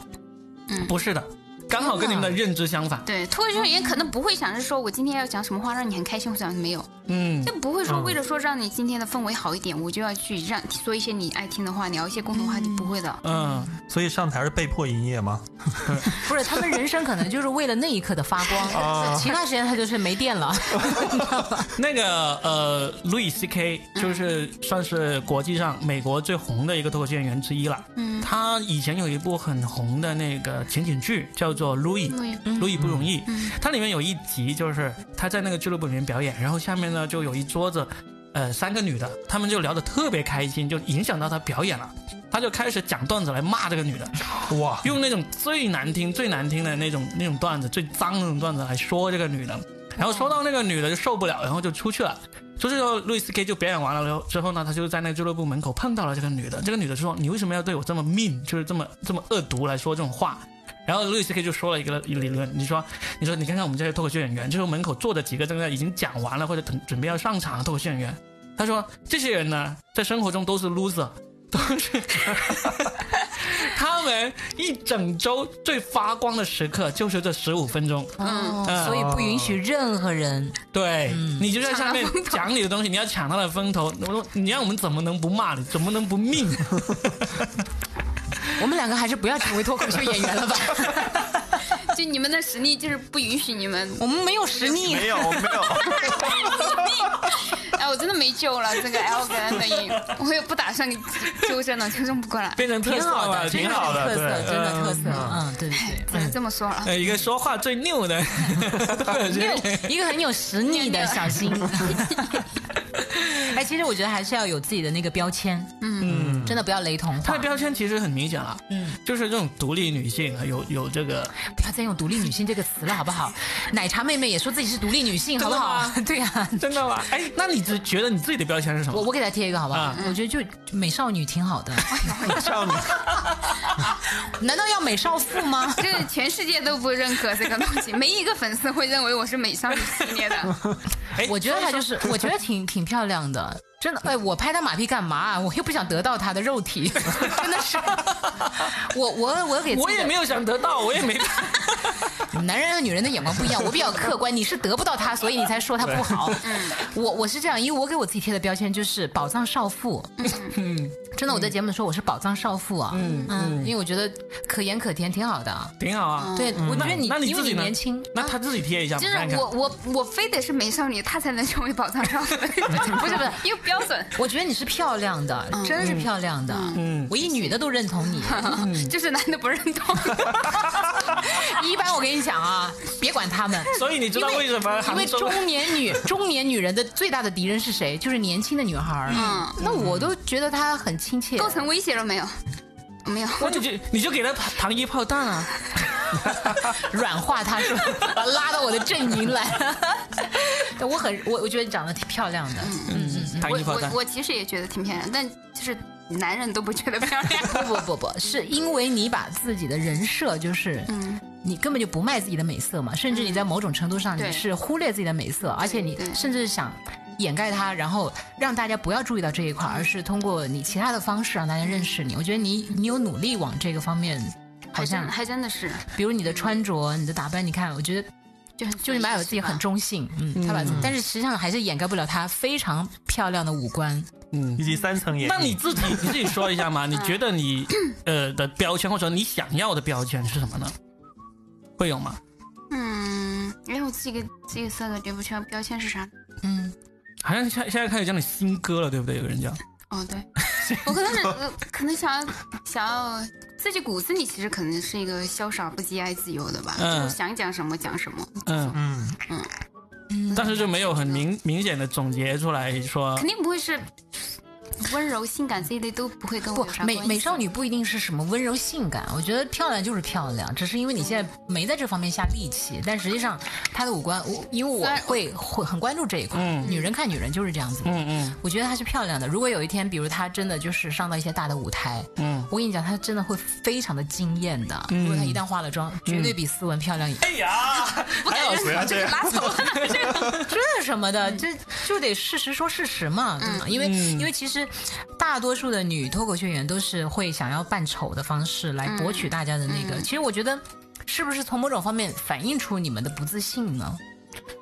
B: 嗯
A: 不是的，刚好跟你们的认知相反。
B: 对脱口秀演员可能不会想着说我今天要讲什么话让你很开心，或者没有。
A: 嗯
B: 就，不会说
A: 嗯
B: 为了说让你今天的氛围好一点，我就要去让说一些你爱听的话，聊一些共同话题，不会的。
A: 嗯，
D: 所以上台是被迫营业吗？
C: 不是，他们人生可能就是为了那一刻的发 *laughs* 光，其他时间他就是没电 *laughs* 了。
A: 那个呃，Louis C K 就是算是国际上美国最红的一个脱口秀演员之一了。
B: 嗯，
A: 他以前有一部很红的那个情景剧，叫做《Louis》。
B: 对，
A: 路易不容易
B: 嗯，
A: 它里面有一集就是他在那个俱乐部里面表演，然后下面呢就有一桌子，呃，三个女的，她们就聊得特别开心，就影响到他表演了，他就开始讲段子来骂这个女的，
D: 哇，
A: 用那种最难听、最难听的那种那种段子、最脏的那种段子来说这个女的，然后说到那个女的就受不了，然后就出去了。出去之后，路易斯 K 就表演完了，然后之后呢，他就在那个俱乐部门口碰到了这个女的。这个女的说：“你为什么要对我这么 mean，就是这么这么恶毒来说这种话？”然后路易斯 K 就说了一个理论，你说，你说，你看看我们这些脱口秀演员，就是门口坐的几个正在已经讲完了或者等准备要上场的脱口秀演员，他说这些人呢，在生活中都是 loser，都是 *laughs* 他们一整周最发光的时刻就是这十五分钟。
C: 哦
A: 嗯
C: 所以不允许任何人。
A: 对，
C: 嗯
A: 你就在下面
B: 抢了风头
A: 讲你的东西，你要抢他的风头， *laughs* 我说你让我们怎么能不骂你，怎么能不
C: *laughs*
A: 命？
C: 我们两个还是不要成为脱口秀演员了吧？
B: *laughs* 就你们的实力就是不允许你们，
C: *laughs* 我们没有实力，
F: 没有没
D: *laughs*
F: 有，
B: 哎，我真的没救了。这个 L 跟 N 的音，我也不打算纠正了，纠正不过来。
A: 变成特
C: 挺
A: 色
C: 好
A: 了，
C: 的，真
A: 挺
C: 的
A: 好
C: 是
A: 的。
C: 特色，
A: 对
C: 真的特色。嗯，对对对。
B: 只能这么说了。
A: 呃，一个说话最拗
C: *laughs*
A: 的， *laughs*
C: 六一个很有实力的小 *laughs* 新。哎，其实我觉得还是要有自己的那个标签，嗯，真的不要雷同
A: 她
C: 化
A: 的，标签其实很明显了，嗯，就是这种独立女性，啊有有这个，
C: 不要再用独立女性这个词了，好不好？奶茶妹妹也说自己是独立女性，好不好？ *laughs* 对啊，
A: 真的吗？ *laughs* 哎，那你只觉得你自己的标签是什
C: 我
A: 么？
C: 我给她贴一个好不好
A: 啊？
C: 我觉得就美少女挺 *laughs* 好的，
F: 像你
C: 难道要美少妇 *laughs* 吗？
B: 就是全世界都不认可这个东西，没一个粉丝会认为我是美少女系列
A: *laughs*
B: 的。
A: 哎，
C: 我觉得她就是，我觉得挺挺漂亮的。真的，哎，我拍她马屁干嘛啊、我又不想得到她的肉体， *laughs* 真的是。我我我给自己的
A: 我也没有想得到，我也
C: *laughs*
A: 没，
C: 男人和女人的眼光 *laughs* 不一样，我比较客观，你是得不到他，所以你才说他不好。我我是这样，因为我给我自己贴的标签就是宝藏少妇。 *laughs* 真的，我在节目说我是宝藏少妇啊。嗯因为我觉得可盐可甜，挺好的啊。
A: *laughs* 挺好啊。
C: 对，我觉得你
A: 那你
C: 因为
A: 自己
C: 你
A: 呢
C: 年轻，
A: 那他自己贴一下，
B: 就是
A: 我看看
B: 我我我非得是美少女，她才能成为宝藏少妇，不是不是一个标准，
C: 我觉得你是漂亮的，真的是漂亮的。嗯，我一女的都认同 *laughs* 你。
B: 啊
A: 嗯
B: 就是男的不认
A: *laughs*
B: 同。
C: 一般我跟你讲啊，别管
A: *laughs*
C: 他们。
A: *laughs* 所以你知道为什么
C: 因
A: 杭
C: 为
A: 州？
C: 中年
A: *laughs*
C: 女中年女人的最大的敌人是谁？就是年轻的女孩儿。
B: 嗯
C: 那我都觉得她很亲切。
B: 构成威胁了没有？没有，
A: 我就你就给他糖衣炮弹啊！
C: 软化他是吧？把他拉到我的阵营来。 *laughs* 对我很我我觉得你长得挺漂亮的，
A: 糖
B: 我
A: 衣炮弹
B: 我，我其实也觉得挺漂亮，但就是男人都不觉得漂
C: *laughs*
B: 亮。
C: 不不不不，是因为你把自己的人设就是，你根本就不卖自己的美色嘛，甚至你在某种程度上
B: 对
C: 你是忽略自己的美色，而且你
B: 对
C: 甚至是想掩盖它，然后让大家不要注意到这一块，而是通过你其他的方式让大家认识你。我觉得你你有努力往这个方面，好
B: 还真
C: 像
B: 还真的是，
C: 比如你的穿着、你的打扮，你看，我觉得
B: 就很
C: 就是马友自己很中性，嗯，他把，但是实际上还是掩盖不了她非常漂亮的五官。
F: 以及三层演
A: 那你
F: 绎，
A: 自己你自己说一下 *laughs* 嘛？你觉得你呃的标签或者你想要的标签是什么呢？会有吗？
B: 嗯，因为我这个这个色格对不上标签是啥？
C: 嗯，
A: 好像现现在开始叫你新歌了，对不对？有人叫
B: 哦，
C: *laughs*
B: 对，我可能是呃可能想要想要自己骨子里其实可能是一个潇洒不羁、爱自由的吧，
A: 嗯
B: 就想讲什么讲什么，
A: 嗯，
D: 嗯，
A: 但是就没有很明明显的总结出来说
B: 肯定不会是温柔、性感这一类都不会跟我
C: 不
B: 有啥，
C: 美
B: 关系啊
C: 美少女不一定是什么温柔性感，我觉得漂亮就是漂亮，只是因为你现在
B: 嗯
C: 没在这方面下力气。但实际上，她的五官，我因为我
B: 虽然
C: 会会很关注这一块，女人看女人就是这样子。
A: 嗯嗯
C: 我觉得她是漂亮的。如果有一天，比如她真的就是上到一些大的舞台，
A: 嗯，
C: 我跟你讲，她真的会非常的惊艳的。如果她一旦化了妆，绝对比思文漂亮。
A: 嗯哎
C: *laughs*
A: 呀，
B: 不敢认
F: 不要
A: 啊
B: 同
F: 这
B: 这个
F: 样
B: 拉走了，
C: 这有什么的，这就得事实说事实嘛，
B: 嗯
C: 对吗？
A: 嗯
C: 因为因为其实大多数的女脱口秀演员都是会想要扮丑的方式来博取大家的那个。其实我觉得，是不是从某种方面反映出你们的不自信呢？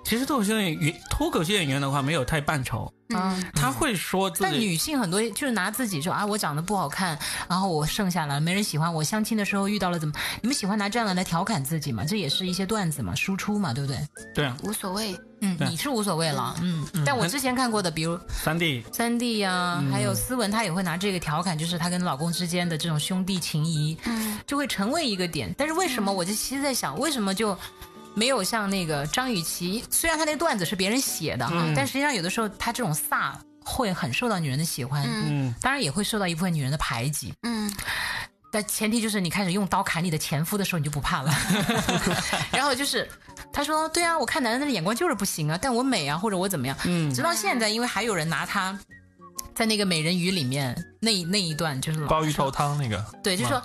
A: 其实脱口秀演员，脱口秀演员的话没有太扮丑，
C: 嗯，
A: 他会说自
C: 但
A: 己。
C: 女性很多就是拿自己说啊，我长得不好看，然后我剩下了，没人喜欢我。相亲的时候遇到了怎么？你们喜欢拿这样的来调侃自己嘛？这也是一些段子嘛，输出嘛，对不对？
A: 对啊，
B: 无所谓。
C: 嗯，
A: 对
C: 你是无所谓了，嗯。但我之前看过的，比如
A: 三弟，
C: 三弟呀、还有思文，她也会拿这个调侃，就是她跟老公之间的这种兄弟情谊，
B: 嗯
C: 就会成为一个点。但是为
A: 嗯
C: 什么我就其实在想，为什么就没有像那个张雨绮，虽然她那段子是别人写的哈，
A: 嗯
C: 但实际上有的时候她这种飒会很受到女人的喜欢，
A: 嗯
C: 当然也会受到一部分女人的排挤。
B: 嗯，
C: 但前提就是你开始用刀砍你的前夫的时候，你就不
A: *laughs*
C: 怕了。 *laughs* 然后就是他说：“对啊，我看男人的眼光就是不行啊，但我美啊，或者我怎么样。”
A: 嗯
C: 直到现在，因为还有人拿他在那个美人鱼里面那一那一段，就是老
D: 鲍鱼头汤那个，
C: 对，就说。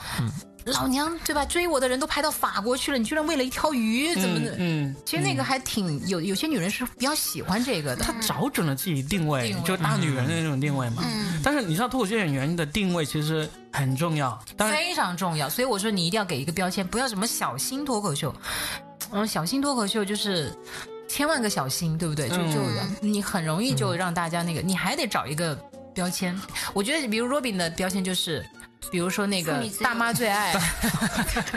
C: 老娘对吧？追我的人都排到法国去了，你居然为了一条鱼怎么的？
A: 嗯，嗯
C: 其实那个还挺有，有些女人是比较喜欢这个的。
A: 她找准了自己定位，
C: 定位
A: 就大女人的那种定位嘛。
B: 嗯
A: 但是你知道，脱口秀演员的定位其实很重要。当然，
C: 非常重要，所以我说你一定要给一个标签，不要什么小心脱口秀。嗯，小心脱口秀就是千万个小心，对不对？就就
B: 嗯
C: 你很容易就让大家那个，你还得找一个标签。我觉得，比如 Robin 的标签就是，比如说那
B: 妇
C: 个
B: 女自由
C: 大妈最爱，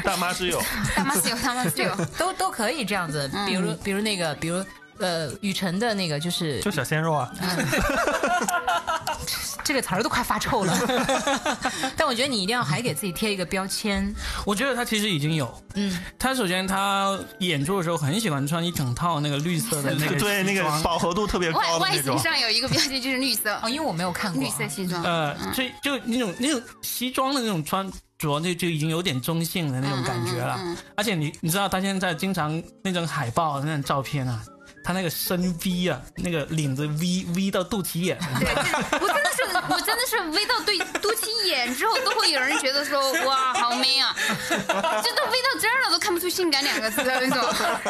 F: 大妈是有，
B: 大妈自由，大妈自
C: *laughs*
B: 由，
C: 都都可以这样子。比如，比如那个，比如呃，雨辰的那个就是
D: 就小鲜肉啊，
C: 这个词儿都快发臭了。 *laughs* 但我觉得你一定要还给自己贴一个标签，
A: 我觉得他其实已经有。
C: 嗯，
A: 他首先他演出的时候很喜欢穿一整套那个绿色的那
F: *laughs*
A: 个
F: 对那
A: 西
F: 个
A: 装
F: 饱和度特别
B: 外
F: 高的
B: 外
F: 那
B: 形
F: 种，
B: 上有一个标签就是绿色，
C: *laughs* 哦，因为我没有看过
B: 绿
C: 啊，
B: 色西装，
A: 呃，就就那种那种西装的那种穿着，那就已经有点中性的那种感觉了。
B: 嗯嗯嗯嗯
A: 而且你你知道他现在经常那种海报那种照片啊，他那个深 V 啊，那个领子 V V 到肚脐眼，
B: *laughs* 对，这我真的是，我真的是微到对肚脐眼之后，都会有人觉得说，哇，好 man 啊！这都微到这儿了，都看不出性感两个字的那种。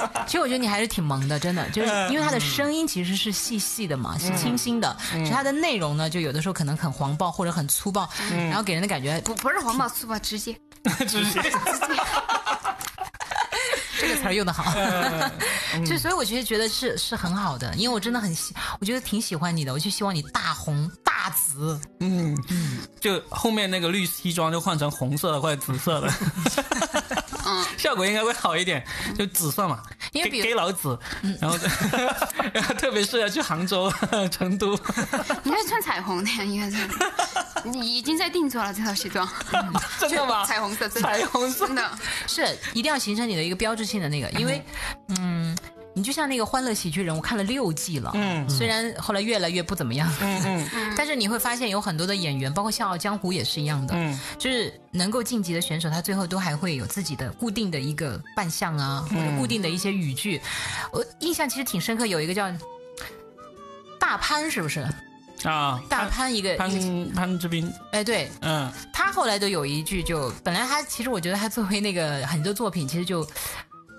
C: 啊其实我觉得你还是挺萌的，真的，就是因为他
B: 嗯
C: 的声音其实是细细的嘛，是清新的，其实他的内容呢，就有的时候可能很黄暴或者很粗暴，
B: 嗯
C: 然后给人的感觉
B: 不，不是黄毛粗吧，直接。
A: 直接
C: 这个词儿用的好，
B: 嗯
C: *laughs* 就所以我其实觉得是是很好的，因为我真的很喜，我觉得挺喜欢你的，我就希望你大红大紫，
A: 嗯，就后面那个绿西装就换成红色的或者紫色的，
B: 嗯，
A: *laughs* 效果应该会好一点，就紫色嘛，
C: 因为比
A: gay gay
C: 如
A: 老紫，然后然后 *laughs* 特别适合去杭州、 *laughs* 成
C: *laughs*
A: 都。
B: 应该穿彩虹的呀，应该是。你已经在定做了这套西装，
A: 真的吗？
B: 彩虹色，真的
A: 彩虹色
B: 真的。
C: 是一定要形成你的一个标志性的那个，因为，嗯，你就像那个《欢乐喜剧人》，我看了六季了，嗯，虽然后来越来越不怎么样，嗯嗯，但是你会发现有很多的演员，包括《笑傲江湖》也是一样的，嗯，就是能够晋级的选手，他最后都还会有自己的固定的一个扮相啊，或者固定的一些语句。我印象其实挺深刻，有一个叫大潘，是不是？
A: 啊，
C: 嗯大潘一个
A: 潘
C: 一个，
A: 潘志斌，
C: 哎，对，
A: 嗯，
C: 他后来都有一句就，本来他其实我觉得他作为那个很多作品其实就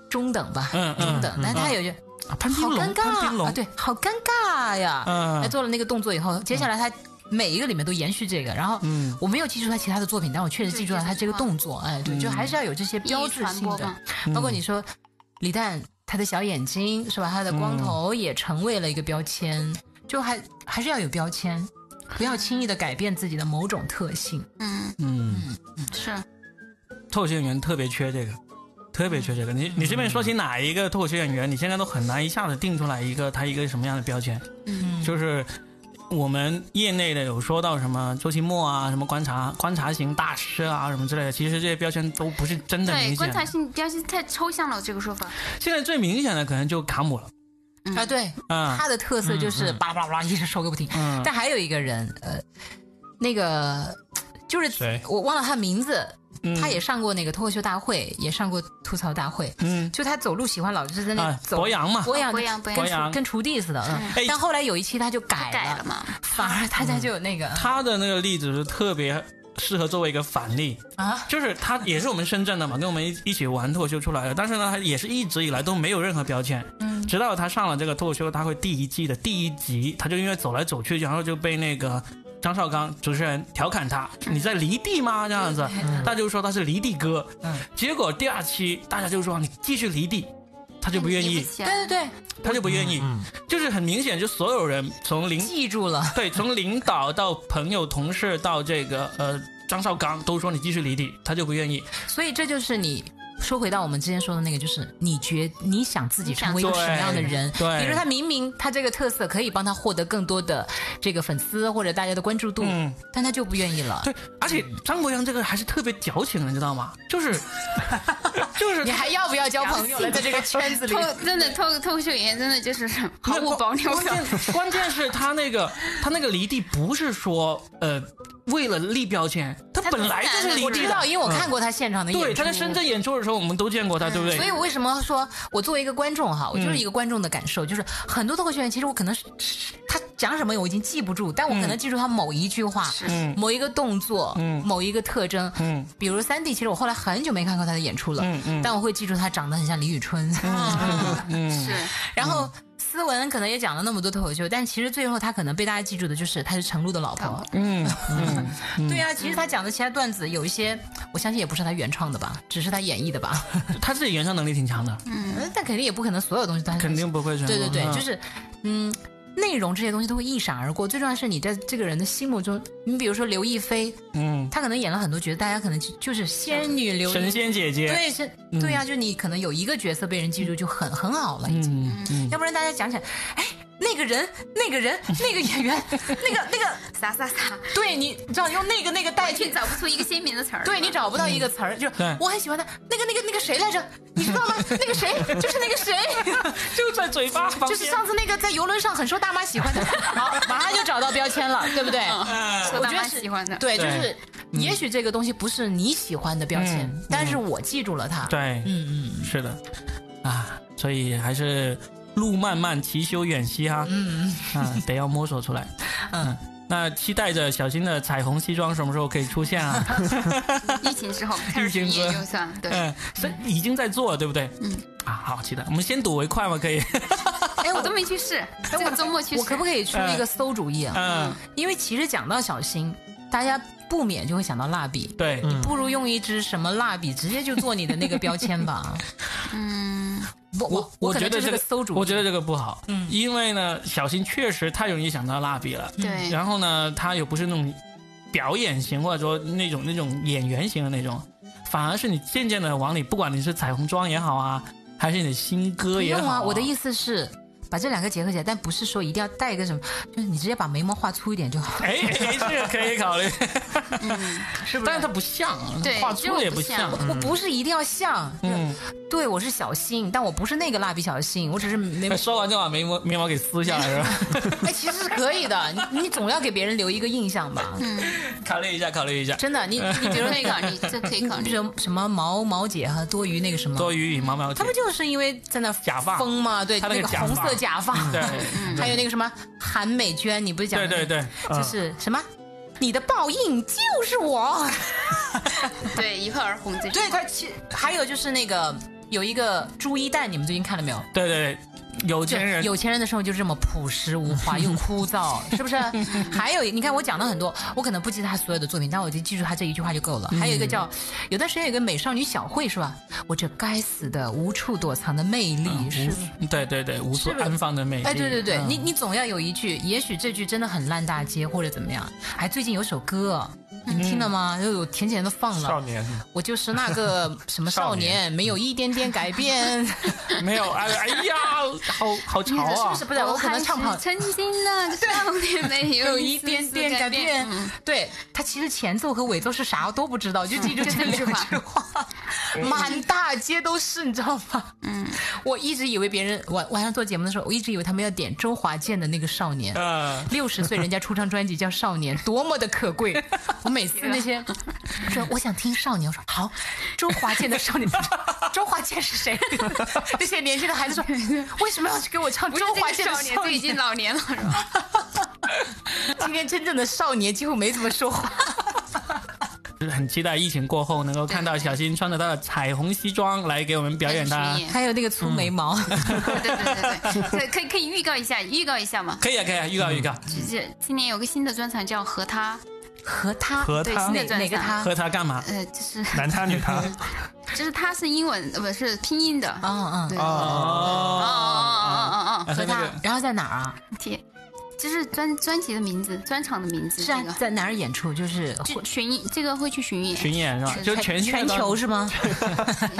C: 中等吧，
A: 嗯嗯
C: 中等，但他有一句。
A: 啊潘斌
C: 好尴
A: 龙，潘斌
C: 尬啊！
A: 龙，
C: 对，好尴尬呀！
A: 嗯
C: 他做了那个动作以后，接下来他每一个里面都延续这个，然后
A: 嗯
C: 我没有记住他其他的作品，但我确实记住了他这个动作。哎，对，
A: 嗯
C: 就还是要有这些标志
B: 易于传
C: 性
B: 播嗯
C: 的
B: 嘛，
C: 包括你说李诞他的小眼睛是吧？他的光
A: 嗯
C: 头也成为了一个标签，就还还是要有标签，不要轻易的改变自己的某种特性。
B: 嗯，
A: 嗯，
B: 是。
A: 脱口秀演员特别缺这个。特别缺这个，你你随便说起哪一个脱口秀演员，你现在都很难一下子定出来一个他一个什么样的标签。
B: 嗯
A: 就是我们业内的有说到什么周奇墨啊，什么观察观察型大师啊，什么之类的，其实这些标签都不是真的
B: 对，
A: 明
B: 观
A: 显
B: 察
A: 的。
B: 性标签太抽象了，这个说法。
A: 现在最明显的可能就卡姆了，
B: 嗯
C: 啊，对，
A: 啊、
C: 他的特色就是巴拉巴拉巴拉一直说个不停。
A: 嗯，
C: 但还有一个人，呃，那个就是
F: 谁
C: 我忘了他名字，
A: 嗯
C: 他也上过那个脱口秀大会，也上过吐槽大会。
A: 嗯
C: 就他走路喜欢老是在那
A: 啊
C: 走，
A: 博洋嘛
C: 博洋
B: 博洋博
A: 洋博洋
C: 跟锄地似的。
A: 哎嗯
C: 嗯，但后来有一期他就改
B: 改了嘛？
C: 反而大家就有那个
A: 他的那个例子是特别适合作为一个反例，
C: 啊，
A: 就是他也是我们深圳的嘛，跟我们一一起玩脱口秀出来的，但是呢，他也是一直以来都没有任何标签，
C: 嗯
A: 直到他上了这个脱口秀大会第一季的第一集，他就因为走来走去，然后就被那个张绍刚主持人调侃他：“你在离地吗？”这样子，大家就说他是离地哥。
C: 嗯
A: 结果第二期大家就说你继续离地，他就不愿
B: 哎你
A: 意
B: 不，起
C: 对
B: 来
C: 对对，
A: 他就不愿
D: 嗯
A: 意，就是很明显，就所有人从零
C: 记住了。
A: *laughs* 对，从领导到朋友、同事到这个呃张绍刚，都说你继续离地，他就不愿意。
C: 所以这就是你。说回到我们之前说的那个，就是你觉你想自己成为一个
A: 你想
C: 什么样的人？
A: 对对
C: 比如他明明他这个特色可以帮他获得更多的这个粉丝或者大家的关注度，
A: 嗯
C: 但他就不愿意了。
A: 对，而且
C: 嗯
A: 张国阳这个还是特别矫情的，你知道吗？就是
C: *laughs*
A: 就是
C: 你还要不
A: *laughs*
C: 要交朋友了？在这个圈子里
B: 脱真的脱脱口秀演员真的
C: *laughs*
B: 就是毫无保留
A: 关
B: *laughs* 的。
A: 键关键是他那个他那个离地不是说呃为了立标签，他本来就是离
C: 我
A: 地
C: 知
A: 的
C: 道，。因为我看过他现场的演出。
A: 嗯对，他在深圳演出的时候，我们都见过他，对不对？
C: 嗯
A: 嗯
C: 所以，我为什么说我作为一个观众哈，我就是一个观众的感受，就是很多脱口秀演员，其实我可能是他讲什么我已经记不住，但我
A: 嗯
C: 可能记住他某一句话、 *laughs*
E: 嗯
C: 某一个动作、
E: 嗯
C: 某一个特征。
E: 嗯
C: 比如三 D，其实我后来很久没看过他的演出了，
E: 嗯嗯
C: 但我会记住他长得很像李宇春。
E: 嗯
B: 是
C: *laughs* 然后思文可能也讲了那么多脱口秀，但其实最后他可能被大家记住的就是他是陈露的老婆。
E: 嗯嗯，
C: 对啊，其实他讲的其他段子有一些，我相信也不是他原创的吧，只是他演绎的吧。
A: 他自己原创能力挺强的，
C: 呃 *laughs* 但肯定也不可能所有东西都他
A: 肯定不会全部。
C: 对对对，
A: 嗯
C: 就是嗯，内容这些东西都会一闪而过。最重要的是你在这个人的心目中，你比如说刘亦菲，
E: 嗯，
C: 她可能演了很多角色，大家可能就就是仙女刘亦
A: 神仙姐姐，
C: 对是，对呀、就你可能有一个角色被人记住就很很好了，已经。
A: 嗯嗯，
C: 要不然大家讲起来，哎，那个人，那个人，那个演员，那个那个，
B: 撒撒撒， *laughs*
C: 对你，你知道用那个那个代
B: 完全
C: 替。
B: 找不出一个鲜明的词儿。
C: 对你找不到一个词儿，就是
A: 对
C: 我很喜欢的那个那个那个谁来着，你知道吗？那个谁就是那
A: *laughs*
C: 个谁，
A: *laughs* 就在嘴巴旁
C: 就是上次那个在游轮上很受大妈喜欢的，好，马上就找到标签了，对不对？
B: 嗯
A: 哎
B: 受
C: 呃我
B: 大
C: 觉得
B: 妈
C: 是
B: 喜欢的，
C: 对，就
A: 对嗯
C: 是也许这个东西不是你喜欢的标签，但是我记住了它。，
A: 对，
C: 嗯嗯
A: 是的，啊，所以还是路漫漫其修远兮哈，
C: 嗯，
A: 啊，得要摸索出来，
C: 嗯。
A: 那期待着小新的彩虹西装什么时候可以出现啊？
B: 疫情
C: *laughs*
B: 之后开
A: 疫
B: 始
A: 情
B: 营
A: 之后
B: 业就算对。
A: 嗯，所以已经在做了，对不对？
B: 嗯，
A: 啊，好期待。我们先睹为快嘛，可以。
B: 哎，我都没去试，这个周末去试。
C: 我可不可以出
A: 呃
C: 一个馊主意啊？
A: 嗯，
C: 因为其实讲到小新，大家不免就会想到蜡笔，
A: *laughs* 对，
C: 不如用一支什么蜡笔直接就做你的那个标
A: *laughs*
C: 签吧。
B: 嗯，
C: 我我
A: 我
C: 可
A: 觉
C: 能
A: 得
C: 这
A: 这
C: 是个馊主意，
A: 我觉得这个不好，
C: 嗯
A: 因为呢，小新确实太容易想到蜡笔了，
B: 对，
A: 然后呢，他又不是那种表演型或者说那种那种演员型的那种，反而是你渐渐的往里，不管你是彩虹妆也好啊，还是你的新歌
C: 不
A: 也
C: 用
A: 好、
C: 啊。我的意
A: 思，
C: 思是。把这两个结合起来，但不是说一定要带一个什么，就是你直接把眉毛画粗一点就
A: *laughs*
C: 好，
A: 哎，哎这个可以考
C: *laughs*
A: 虑，
B: 嗯，
C: 是不
A: 但是它不像，啊
B: 对
A: 画出了也不像
B: 就，
C: *laughs* 我不是一定要像，
A: 嗯，
C: 对我是小新，但我不是那个蜡笔小新，我只是眉
A: *laughs*
C: 毛
A: 哎说完就把眉毛眉毛给撕下来是吧？ *laughs*
C: 哎，其实是可以的，你你总要给别人留一个印象吧。
A: 嗯考虑一下，考虑一下。
C: 真的，你你比
B: 比
C: 如
B: 如
C: 那
A: 嗯
B: 那个，
C: 个，
B: 你这可以考
C: 你 *laughs* 比
B: 虑。
C: 如什么毛毛姐和多余那个什么，
A: 多余与毛毛姐
C: 他们就是因为在那
A: 假发
C: 疯嘛，对，
A: 他那
C: 那
A: 个
C: 个
A: 假
C: 红
A: 发
C: 色假发， *laughs*
A: 对
C: 嗯还有那个什么韩美娟，你不是讲
A: 对对对，嗯
C: 对，就是什么。你的报应就是我， *laughs*
B: 对，一炮而红这种
C: 对。他其还有就是那个有一个朱一蛋，你们最近看了没有？
A: 对对对，有
C: 就
A: 钱人
C: 有钱人的生活就是这么朴实无华又枯燥，是不 *laughs* 是？还有，你看我讲了很多，我可能不记得他所有的作品，但我就记住他这一句话就够了。还
A: 嗯
C: 有一个叫，有段时间有一个美少女小慧是吧？我这该死的无处躲藏的魅力、
A: 嗯
C: 是。
A: 对对对，无处
C: 是不是
A: 安放的美丽。
C: 哎，对对对，
A: 嗯
C: 你你总要有一句，也许这句真的很烂大街或者怎么样。哎，最近有首歌，你们听了吗？又有甜甜的放
D: 少
C: 了，
D: 年，
C: 我就是那个什么少
D: 少年
C: 年，没有一点点改变。
A: *laughs* 没有，哎哎呀，好好潮
C: 是不
A: 啊
C: 是！不是？我可能唱跑
B: 还是曾经
C: *laughs*
B: 那个少年没
C: 有
B: 有
C: 一
B: 丝
C: 点
B: 丝
C: 点改变
B: 变。嗯。
C: *laughs* 对他其实前奏和尾奏是啥都不知道，就记
B: 就
C: 住这
B: 这
C: 两
B: 句
C: 句
B: 话
C: 话， *laughs* 满大街都是，你知道吗？嗯，我一直以为别人晚晚上做节目的时候，我一直以为他们要点周华健的那个《少年》。
A: 嗯，
C: 六十岁，人家出张专辑叫《少年》，多么的可贵！我每次那些说我想听《少年》，我说好，周华健的《少年》，周华健是谁？ *laughs* 那些年轻的孩子说，为什么要去给我唱
B: 不是
C: 周
B: 这
C: 华
B: 个
C: 健的《
B: 少
C: 少
B: 年，
C: 年
B: 这》？已经老年了，是吧？
C: *laughs* 今天真正的少年几乎没怎么说话。
A: 就是很期待疫情过后能够看到小新穿着他的彩虹西装来给我们表演他。
B: 巡演
C: 还有那个粗眉毛，
B: 对对对对对，可以可以预告一下，预告一下嘛。
A: 可以啊，可以啊，预告预告，
B: 就是今年有个新的专场叫《和他
C: 和他
D: 和
B: 对
D: 他
B: 是那
C: 哪
B: 个
C: 哪个他？
A: 和他干嘛》，？
B: 呃，就是
D: 男他女他，
B: 就是他是英文，呃不是拼音的。哦
C: 嗯嗯，
B: 对哦哦哦哦哦
A: 啊，
B: 哦，
A: 他
B: 和
A: 那
B: 他
A: 个
C: 然后在哪儿啊？
B: 贴，就是专专辑的名字，专场的名字。
C: 是啊
B: 这个，
C: 在哪儿演出？就是
B: 就巡这个会去巡演，
A: 巡演是吧？就全
C: 全球是吗？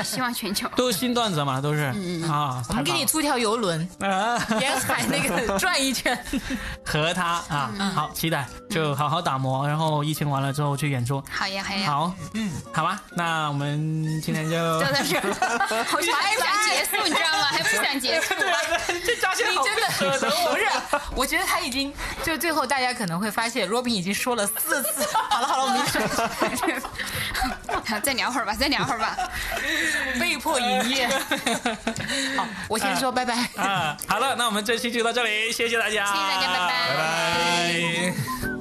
B: 希望全球。
A: 都是新段子嘛，都是啊。
C: 嗯我们给你租条游轮，沿海那个转一圈。
A: *laughs* 和他
C: 嗯
A: 啊，好期待，就好好打磨，然后疫情完了之后去演出。
B: 好呀好呀，
A: 好，嗯，
D: 嗯
A: 好吧，那我们今天就 *laughs*
B: 啊就在这儿，好像还想结束，你知道吗？还不想结
A: *laughs*
B: 束？
A: 这嘉欣
C: 你
A: 好
C: 真的不是？我觉得他已经就最后大家可能会发现，Robin 已经说了四次。好了好了，我们
B: 好再聊会儿吧，再聊会儿吧。
C: 被迫营业。好，我先说拜拜。
A: 啊！好了，那我们这期就到这里，谢谢大家，
B: 谢谢大家拜拜
A: 拜拜